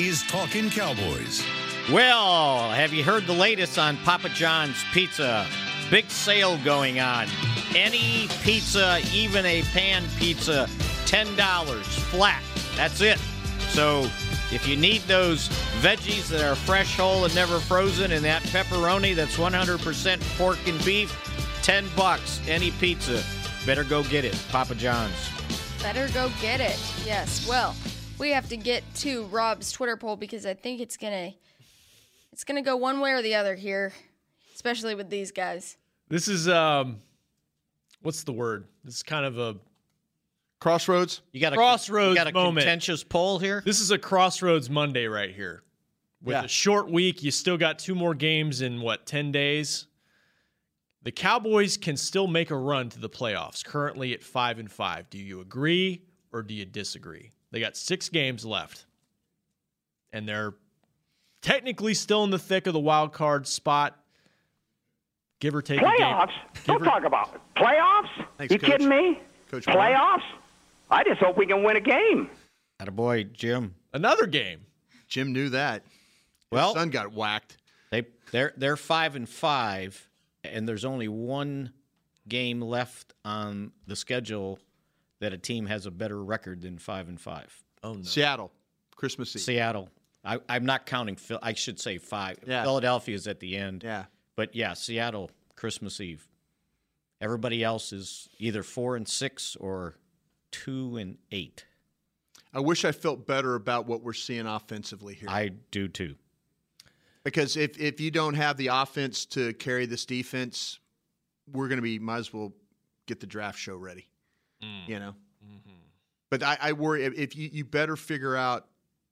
is Talking Cowboys. Well, have you heard the latest on Papa John's Pizza? Big sale going on. Any pizza, even a pan pizza, $10 flat. That's it. So if you need those veggies that are fresh, whole, and never frozen, and that pepperoni that's 100% pork and beef, 10 bucks. Any pizza. Better go get it. Papa John's. Better go get it. Yes. Well, we have to get to Rob's Twitter poll because I think it's gonna it's gonna go one way or the other here, especially with these guys. This is um, what's the word? This is kind of a crossroads. You got a crossroads you got a moment. contentious poll here. This is a crossroads Monday right here. With Yeah. a short week, you still got two more games in what ten days. The Cowboys can still make a run to the playoffs. Currently at five and five. Do you agree or do you disagree? They got six games left, and they're technically still in the thick of the wild card spot. Give or take A Playoffs? game. Don't talk about it. Playoffs? Thanks, you Coach. kidding me? Coach Brown. Playoffs? I just hope we can win a game. boy, Jim. Another game. Jim knew that. Oh. Well, son got whacked. They they're they're five and five, and there's only one game left on the schedule that a team has a better record than five and five. Oh no. Seattle, Christmas Eve. Seattle. I, I'm not counting. Phil, I should say five. Yeah. Philadelphia is at the end. Yeah. But yeah, Seattle Christmas Eve. Everybody else is either four and six or two and eight. I wish I felt better about what we're seeing offensively here. I do too. Because if if you don't have the offense to carry this defense, we're going to be might as well get the draft show ready. You know. But I, I worry if- if you, you better figure out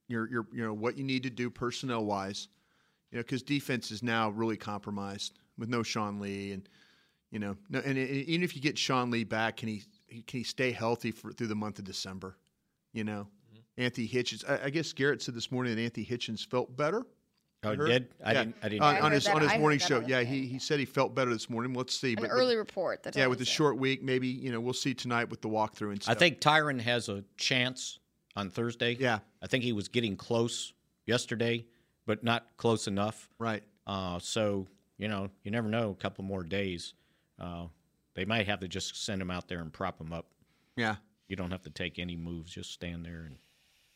your your you know what you need to do personnel wise, you know because defense is now really compromised with no Sean Lee and you know no and, and even if you get Sean Lee back, can he he- can he stay healthy for through the month of December? You know, Anthony Hitchens. I, I guess Garrett said this morning that Anthony Hitchens felt better. Oh, he heard? did? I didn't- I didn't On, hear on that. his I heard on that- I his heard morning that show, on the yeah, he he said he felt better this morning. Let's see. An early report. That's yeah, all with they a said. short week, maybe you know we'll see tonight with the walkthrough and I stuff. think Tyron has a chance on Thursday. Yeah. I think he was getting close yesterday, but not close enough. Right. Uh, so, you know, you never know. A couple more days. Uh, they might have to just send him out there and prop him up. Yeah. You don't have to take any moves. Just stand there and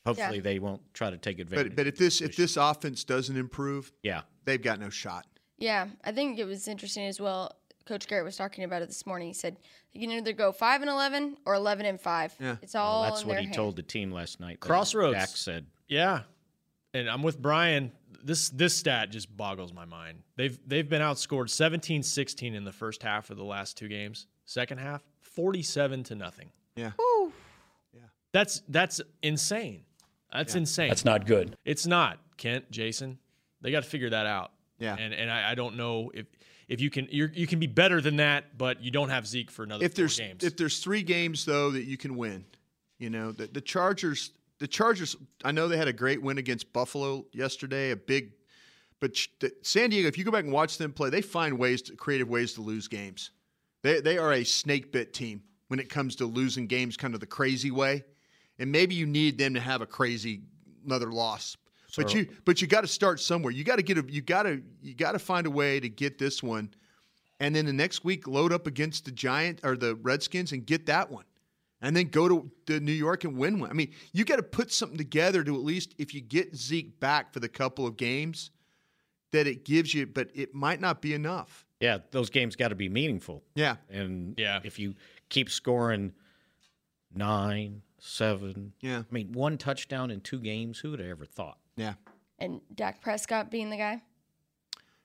hopefully Yeah. they won't try to take advantage. But but if this if this offense doesn't improve, yeah, they've got no shot. Yeah, I think it was interesting as well. Coach Garrett was talking about it this morning. He said you can either go five and eleven or eleven and five. It's all Well, Oh, that's in what their he hand. told the team last night. that Crossroads. Dak said. Yeah. And I'm with Brian. This this stat just boggles my mind. They've they've been outscored 17-16 in the first half of the last two games. Second half, 47 to nothing. Yeah. That's that's insane. That's Yeah. insane. That's not good. It's not, Kent, Jason. They got to figure that out. Yeah. And and I, I don't know if if you can you're, you can be better than that, but you don't have Zeke for another If four there's games. if there's three games though that you can win, you know the, the Chargers. The Chargers. I know they had a great win against Buffalo yesterday. A big, but ch- the, San Diego. If you go back and watch them play, they find ways, to, creative ways to lose games. They they are a snake bit team when it comes to losing games, kind of the crazy way. And maybe you need them to have a crazy another loss. but So- you but you got to start somewhere. You got to get a you got to you got to find a way to get this one, and then the next week load up against the Giant or the Redskins and get that one, and then go to, to New York and win one. I mean, you got to put something together to at least if you get Zeke back for the couple of games that it gives you, but it might not be enough. Yeah, those games got to be meaningful. Yeah. And yeah. if you keep scoring nine, seven, yeah. I mean, one touchdown in two games, who would have ever thought? Yeah. And Dak Prescott being the guy.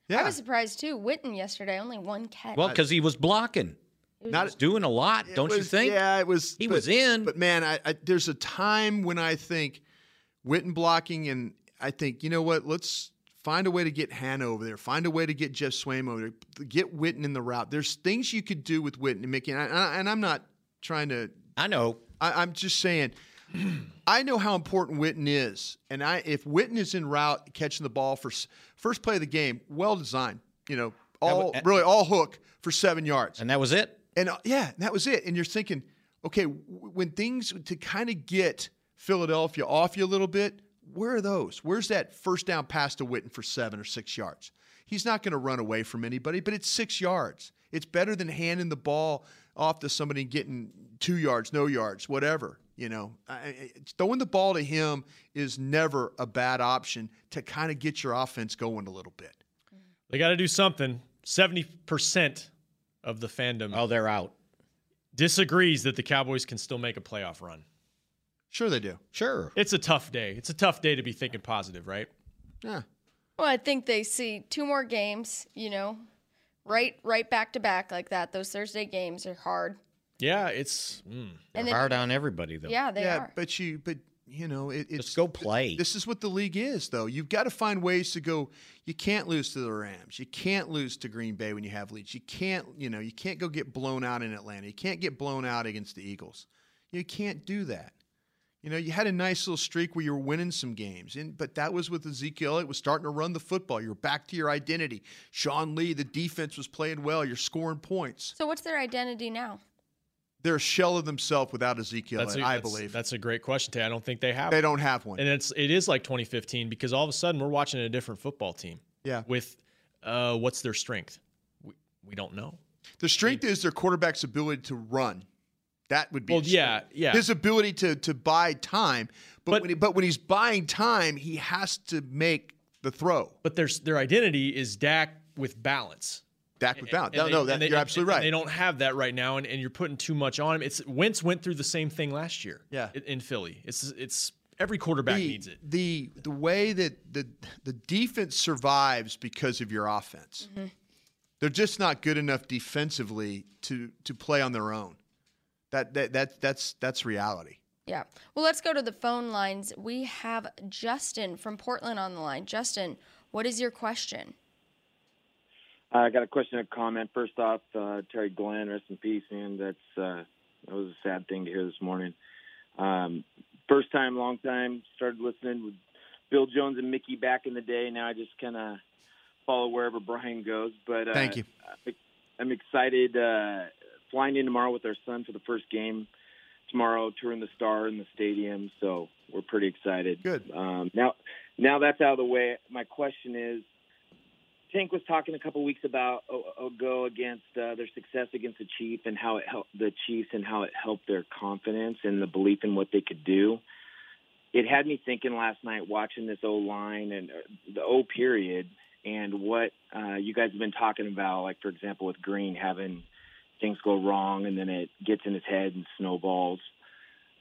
I was surprised too. Witten yesterday only one catch. Well, because he was blocking. was Not just- doing a lot, don't It you was- think? Yeah, it was. He was in. But man, I, I, there's a time when I think Witten blocking, and I think you know what? Let's find a way to get Hannah over there. Find a way to get Jeff Swaim over there. Get Witten in the route. There's things you could do with Witten and Mickey. And, I, and I'm not trying to. I know. I, I'm just saying. I know how important Witten is, and I if Witten is in route catching the ball for s- first play of the game, well designed, you know, all That wa- really all hook for seven yards, and that was it. And uh, yeah, that was it. And you're thinking, okay, w- when things to kind of get Philadelphia off you a little bit, where are those? Where's that first down pass to Witten for seven or six yards? He's not going to run away from anybody, but it's six yards. It's better than handing the ball off to somebody getting two yards, no yards, whatever. You know, I, I- throwing the ball to him is never a bad option to kind of get your offense going a little bit. They got to do something. 70% of the fandom. Oh, they're out. Disagrees that the Cowboys can still make a playoff run. Sure, they do. Sure. It's a tough day. It's a tough day to be thinking positive, right? Yeah. Well, I think they see two more games, you know, right right back to back like that. Those Thursday games are hard. Yeah, it's mm, They're then- hard on everybody though. Yeah, they yeah, are. but you, but you know, it, it's go play. This is what the league is, though. You've got to find ways to go. You can't lose to the Rams. You can't lose to Green Bay when you have leads. You can't, you know, you can't go get blown out in Atlanta. You can't get blown out against the Eagles. You can't do that. You know, you had a nice little streak where you were winning some games, and but that was with Ezekiel. It was starting to run the football. You're back to your identity. Sean Lee, the defense was playing well. You're scoring points. So what's their identity now? They're a shell of themselves without Ezekiel, That's and a- I that's- believe. that's a great question, Tay. I don't think they have. They one. don't have one. and it's it is like 2015 because all of a sudden we're watching a different football team. Yeah. With uh, what's their strength? We, we don't know. The strength is their quarterback's ability to run. That would be Mm. Well, his yeah, strength. yeah. His ability to to buy time, but when he, but when he's buying time, he has to make the throw. But their their identity is Dak with balance. Dak with balance. And No, they- no, and that, they- you're absolutely and right. They don't have that right now, and, and you're putting too much on him. It's Wentz went through the same thing last year. Yeah. In, in Philly, it's it's every quarterback the, needs it. The the way that the the defense survives because of your offense. They're just not good enough defensively to to play on their own. That that, that that's that's reality. Yeah. Well, let's go to the phone lines. We have Justin from Portland on the line. Justin, what is your question? I got a question and a comment. First off, uh, Terry Glenn, rest in peace, man. That's uh, that was a sad thing to hear this morning. Um, first time, long time. Started listening with Bill Jones and Mickey back in the day. Now I just kind of follow wherever Brian goes. But uh, Thank you. I'm excited. Uh, flying in tomorrow with our son for the first game tomorrow, touring the star in the stadium. So we're pretty excited. Good. Um, now, now that's out of the way. My question is, Tank was talking a couple weeks about uh, go against uh, their success against the Chiefs and how it helped the Chiefs and how it helped their confidence and the belief in what they could do. It had me thinking last night watching this O line and uh, the O period and what uh, you guys have been talking about, like for example with Green having things go wrong and then it gets in his head and snowballs.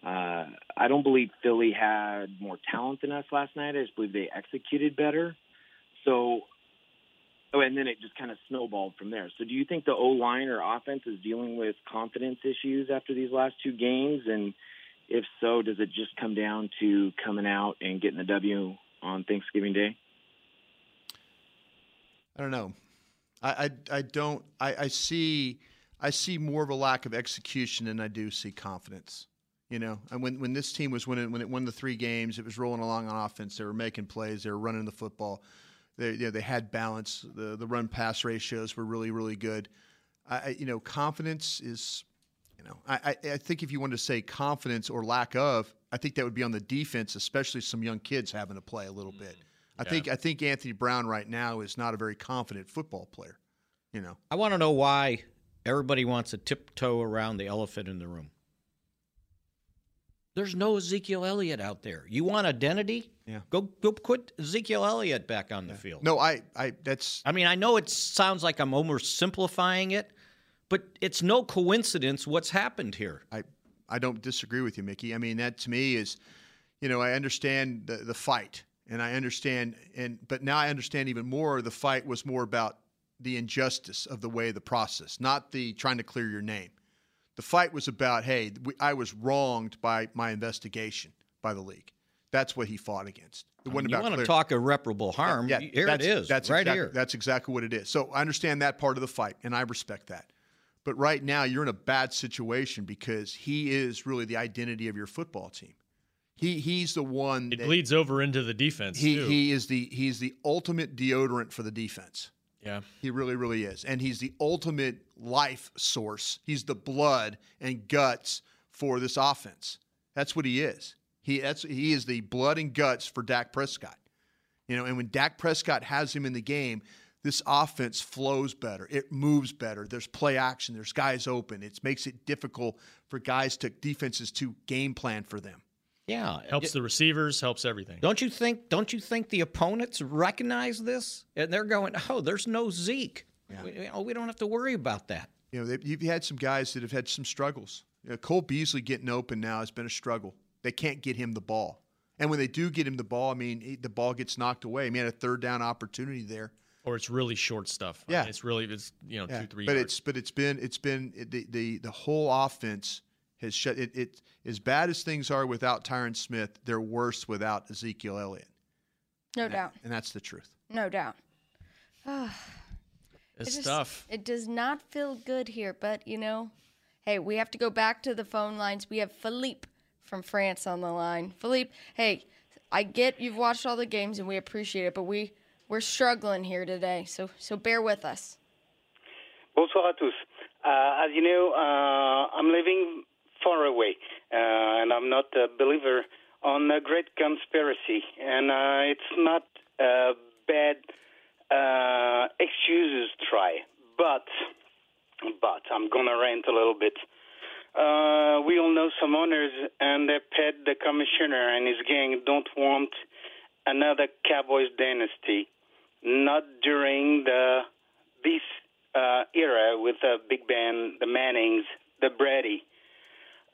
Uh, I don't believe Philly had more talent than us last night. I just believe they executed better. So, oh, and then it just kind of snowballed from there. So, do you think the O line or offense is dealing with confidence issues after these last two games? And if so, does it just come down to coming out and getting the W on Thanksgiving Day? I don't know. I I, I don't. I, I see. I see more of a lack of execution than I do see confidence. You know, and when when this team was winning, when it won the three games, it was rolling along on offense. They were making plays. They were running the football. They you know, they had balance. The the run pass ratios were really really good. I, I you know confidence is. You know, I, I I think if you wanted to say confidence or lack of, I think that would be on the defense, especially some young kids having to play a little bit. I Yeah. think I think Anthony Brown right now is not a very confident football player. You know, I want to know why everybody wants to tiptoe around the elephant in the room. There's no Ezekiel Elliott out there. You want identity? Yeah. Go go put Ezekiel Elliott back on the field. No, I I that's I mean, I know it sounds like I'm oversimplifying it, but it's no coincidence what's happened here. I I don't disagree with you, Mickey. I mean, that to me is, you know, I understand the, the fight, and I understand, and but now I understand even more. The fight was more about the injustice of the way the process, not the trying to clear your name. The fight was about, hey, we, I was wronged by my investigation by the league. That's what he fought against. It I wasn't mean, you about want to clear- talk irreparable harm? Yeah, here it that's- is. That's right exact- here. That's exactly what it is. So I understand that part of the fight, and I respect that. But right now, you're in a bad situation because he is really the identity of your football team. He he's the one. It that- bleeds over into the defense. He too. he is the he's the ultimate deodorant for the defense. Yeah. He really, really is. And he's the ultimate life source. He's the blood and guts for this offense. That's what he is. He that's he is the blood and guts for Dak Prescott. You know, and when Dak Prescott has him in the game, this offense flows better. It moves better. There's play action. There's guys open. It makes it difficult for guys to defenses to game plan for them. Yeah, helps the receivers, helps everything. Don't you think? Don't you think the opponents recognize this and they're going, "Oh, there's no Zeke. We, you know, we don't have to worry about that." You know, they, you've had some guys that have had some struggles. You know, Cole Beasley getting open now has been a struggle. They can't get him the ball, and when they do get him the ball, I mean, he- the ball gets knocked away. I mean, he had a third down opportunity there. Or it's really short stuff. I Yeah. mean, it's really it's you know Yeah, two three. But yards. it's but it's been it's been it- the the the whole offense has shut it, it. As bad as things are without Tyron Smith, they're worse without Ezekiel Elliott, No doubt. and that's the truth. No doubt. It's It just- tough. It does not feel good here, but you know, hey, we have to go back to the phone lines. We have Philippe from France on the line. Philippe, hey, I get you've watched all the games and we appreciate it, but we we're struggling here today, so so bear with us. Bonsoir à tous. Uh, as you know, uh, I'm living far away, uh, and I'm not a believer on a great conspiracy, and uh, it's not a bad uh, excuses try, but but I'm gonna rant a little bit. Uh, we all know some owners, and they paid the commissioner and his gang don't want another Cowboys dynasty, not during the this uh, era with the Big Ben, the Mannings, the Brady,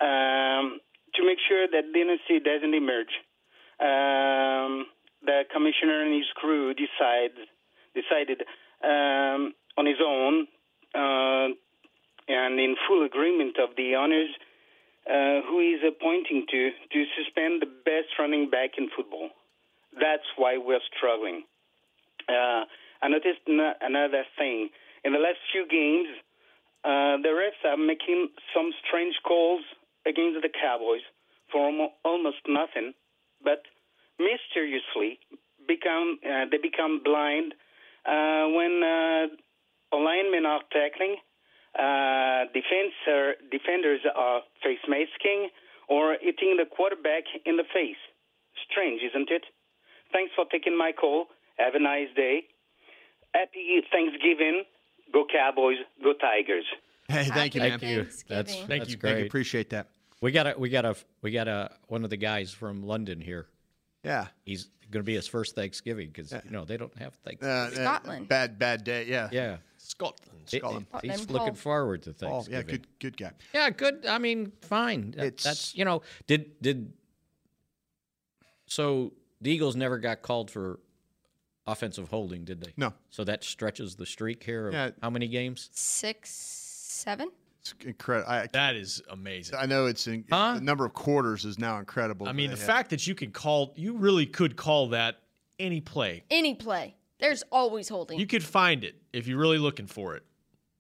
um, to make sure that dynasty doesn't emerge. Um, the commissioner and his crew decide, decided um, on his own uh, and in full agreement of the owners uh, who he's appointing to to suspend the best running back in football. That's why we're struggling. Uh, I noticed n- another thing. In the last few games, uh, the refs are making some strange calls against the Cowboys for almo- almost nothing, but mysteriously become uh, they become blind uh, when uh, linemen are tackling, uh, defenser, defenders are face masking or hitting the quarterback in the face. Strange, isn't it? Thanks for taking my call. Have a nice day. Happy Thanksgiving. Go Cowboys. Go Tigers. Hey, thank you, Thank man. you. That's Thank that's you. Thank you. Great. Appreciate that. We got a we got a we got a one of the guys from London here. Yeah. he's going to be his first Thanksgiving because you know they don't have Thanksgiving. Uh, uh, bad bad day. Yeah, yeah. Scotland. He- Scotland. he- he's looking forward to Oh, yeah, Thanksgiving. good good guy. Yeah, good. I mean, fine. That- that's you know, did did so the Eagles never got called for offensive holding, did they? No. So that stretches the streak here of Yeah. how many games? Six, seven. It's incredible. That is amazing. I know it's in, the number of quarters is now incredible. I mean, but the yeah. fact that you could call, you really could call that any play. Any play, there's always holding. You could find it if you're really looking for it.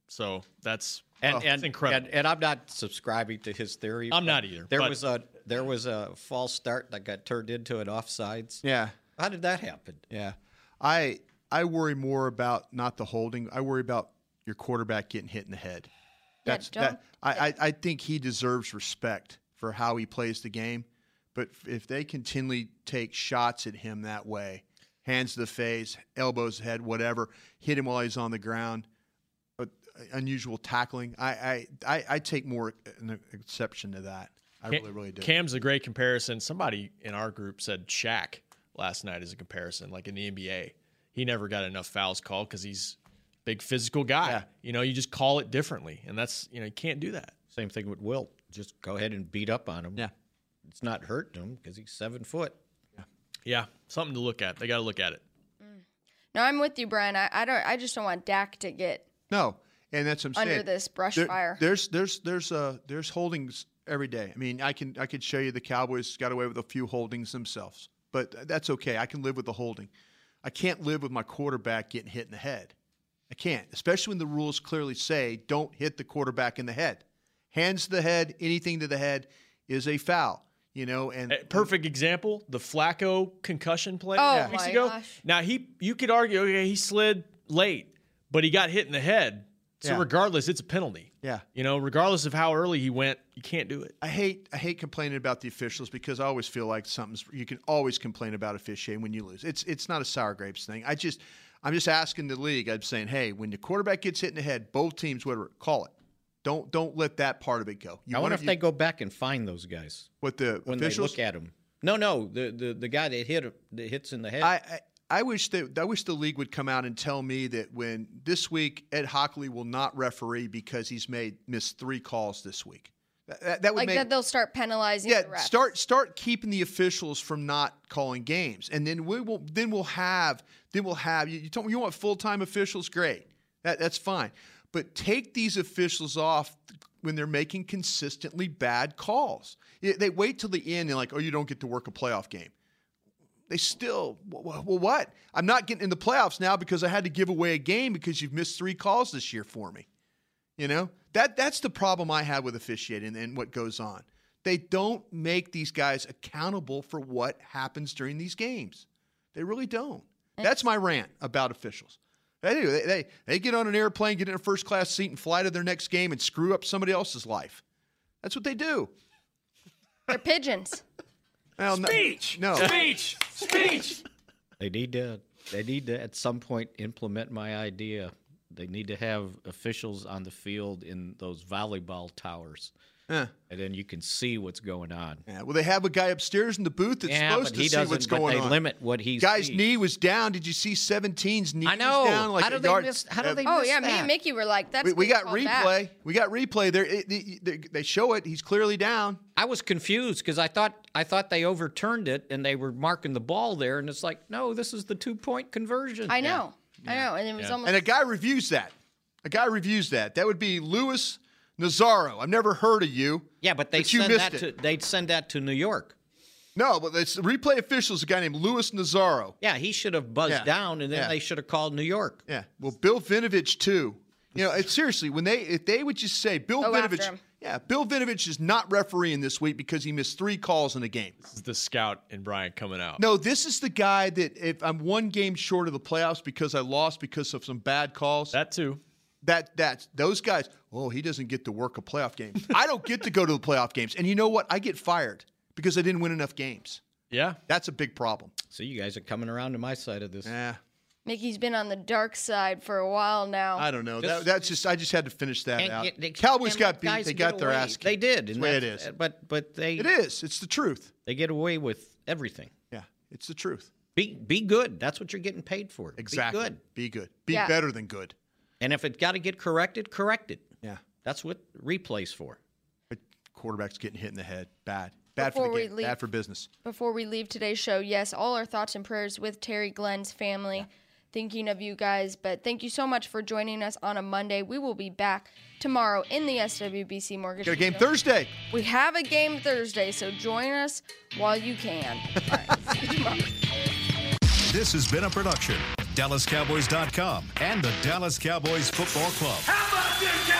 So that's And, oh, and it's incredible. And, and I'm not subscribing to his theory. I'm but not either, There but- was a there was a false start that got turned into an offsides. Yeah. How did that happen? Yeah. I I worry more about not the holding. I worry about your quarterback getting hit in the head. Yeah, That's don't- that I, I, I think he deserves respect for how he plays the game. But if they continually take shots at him that way, hands to the face, elbows to the head, whatever, hit him while he's on the ground, uh, unusual tackling, I, I, I, I take more an exception to that. I Cam- really, really do. Cam's a great comparison. Somebody in our group said Shaq last night as a comparison, like in the NBA. He never got enough fouls called because he's a big physical guy. You know, you just call it differently. And that's, you know, you can't do that. Same thing with Wilt. Just go ahead and beat up on him. Yeah. It's not hurting him because he's seven foot. Yeah. Something to look at. They got to look at it. No, I'm with you, Brian. I, I don't. I just don't want Dak to get No, and that's what I'm Under saying. this brush fire. There's there's there's uh there's holdings every day. I mean, I can I could show you the Cowboys got away with a few holdings themselves, but that's okay. I can live with the holding. I can't live with my quarterback getting hit in the head. I can't, especially when the rules clearly say don't hit the quarterback in the head. Hands to the head, anything to the head is a foul. You know, and A Eh, perfect example, the Flacco concussion play Oh two weeks my ago. gosh. Now he you could argue, okay, he slid late, but he got hit in the head. So Yeah. regardless, it's a penalty. Yeah. You know, regardless of how early he went, you can't do it. I hate I hate complaining about the officials because I always feel like something's you can always complain about officiating when you lose. It's it's not a sour grapes thing. I just I'm just asking the league. I'm saying, hey, when the quarterback gets hit in the head, both teams, whatever, call it. Don't don't let that part of it go. I wonder wanna- if they go back and find those guys. What the when officials? they look at them? No, no, the the, the guy that hit that hits in the head. I, I I wish that I wish the league would come out and tell me that when this week Ed Hockley will not referee because he's made missed three calls this week. That, that, that would like make that they'll start penalizing yeah the refs. start start keeping the officials from not calling games, and then we will then we'll have then we'll have you you, don't- you want full time officials great that that's fine, but take these officials off when they're making consistently bad calls. Yeah, They wait till the end and like oh you don't get to work a playoff game they still well, well well, what i'm not getting in the playoffs now because i had to give away a game because you've missed three calls this year for me you know that that's the problem i have with officiating and what goes on they don't make these guys accountable for what happens during these games they really don't that's my rant about officials they do they, they, they get on an airplane get in a first class seat and fly to their next game and screw up somebody else's life that's what they do They're pigeons. well, no- Speech! no, Speech! Speech! They need to. They need to at some point implement my idea. They need to have officials on the field in those volleyball towers, Yeah. and then you can see what's going on. Yeah, well, they have a guy upstairs in the booth that's Yeah, supposed but to he see doesn't- what's but going they on. limit what he guy's sees. knee was down. Did you see 17's knee? I know. Was down like How a do they yard. miss- how do Uh, they Oh yeah, me and Mickey were like, "That's we, we getting got called replay. back. We got replay. There, it, it- they- they show it. He's clearly down. I was confused because I thought I thought they overturned it and they were marking the ball there, and it's like, no, this is the two point conversion. I know, I know, and it was almost. And a guy reviews that. A guy reviews that. That would be Louis Nazaro. I've never heard of you. Yeah, but they but you send missed that it. to they'd send that to New York. No, but it's the replay official is a guy named Louis Nazaro. Yeah, he should have buzzed Yeah. down, and then Yeah. they should have called New York. Yeah. Well, Bill Vinovich too. You know, it's seriously when they if they would just say Bill Go after Vinovich. him. Yeah, Bill Vinovich is not refereeing this week because he missed three calls in a game. This is the scout and Brian coming out. No, this is the guy that if I'm one game short of the playoffs because I lost because of some bad calls. That too. That that's those guys. Oh, he doesn't get to work a playoff game. I don't get to go to the playoff games, and you know what? I get fired because I didn't win enough games. Yeah, that's a big problem. So you guys are coming around to my side of this. Yeah, Mickey's been on the dark side for a while now. I don't know. Just- that, that's just I just had to finish that Can't out. get- they- Cowboys and got let beat. guys They get got their away. ass kicked. They did. and That's the way it that's- is. But but they It is. It's the truth. They get away with everything. Yeah, it's the truth. Be be good. That's what you're getting paid for. Exactly. Be good. Be good. Be Yeah. better than good. And if it got to get corrected, correct it. Yeah. That's what replays for. Quarterback's getting hit in the head. Bad. Bad Before for the we game. leave- Bad for business. Before we leave today's show, yes, all our thoughts and prayers with Terry Glenn's family, thinking of you guys. But thank you so much for joining us on a Monday. We will be back tomorrow in the SWBC Mortgage. Got a game Studio. Thursday. We have a game Thursday, so join us while you can. All right, see you tomorrow. This has been a production of DallasCowboys.com and the Dallas Cowboys Football Club. How about this,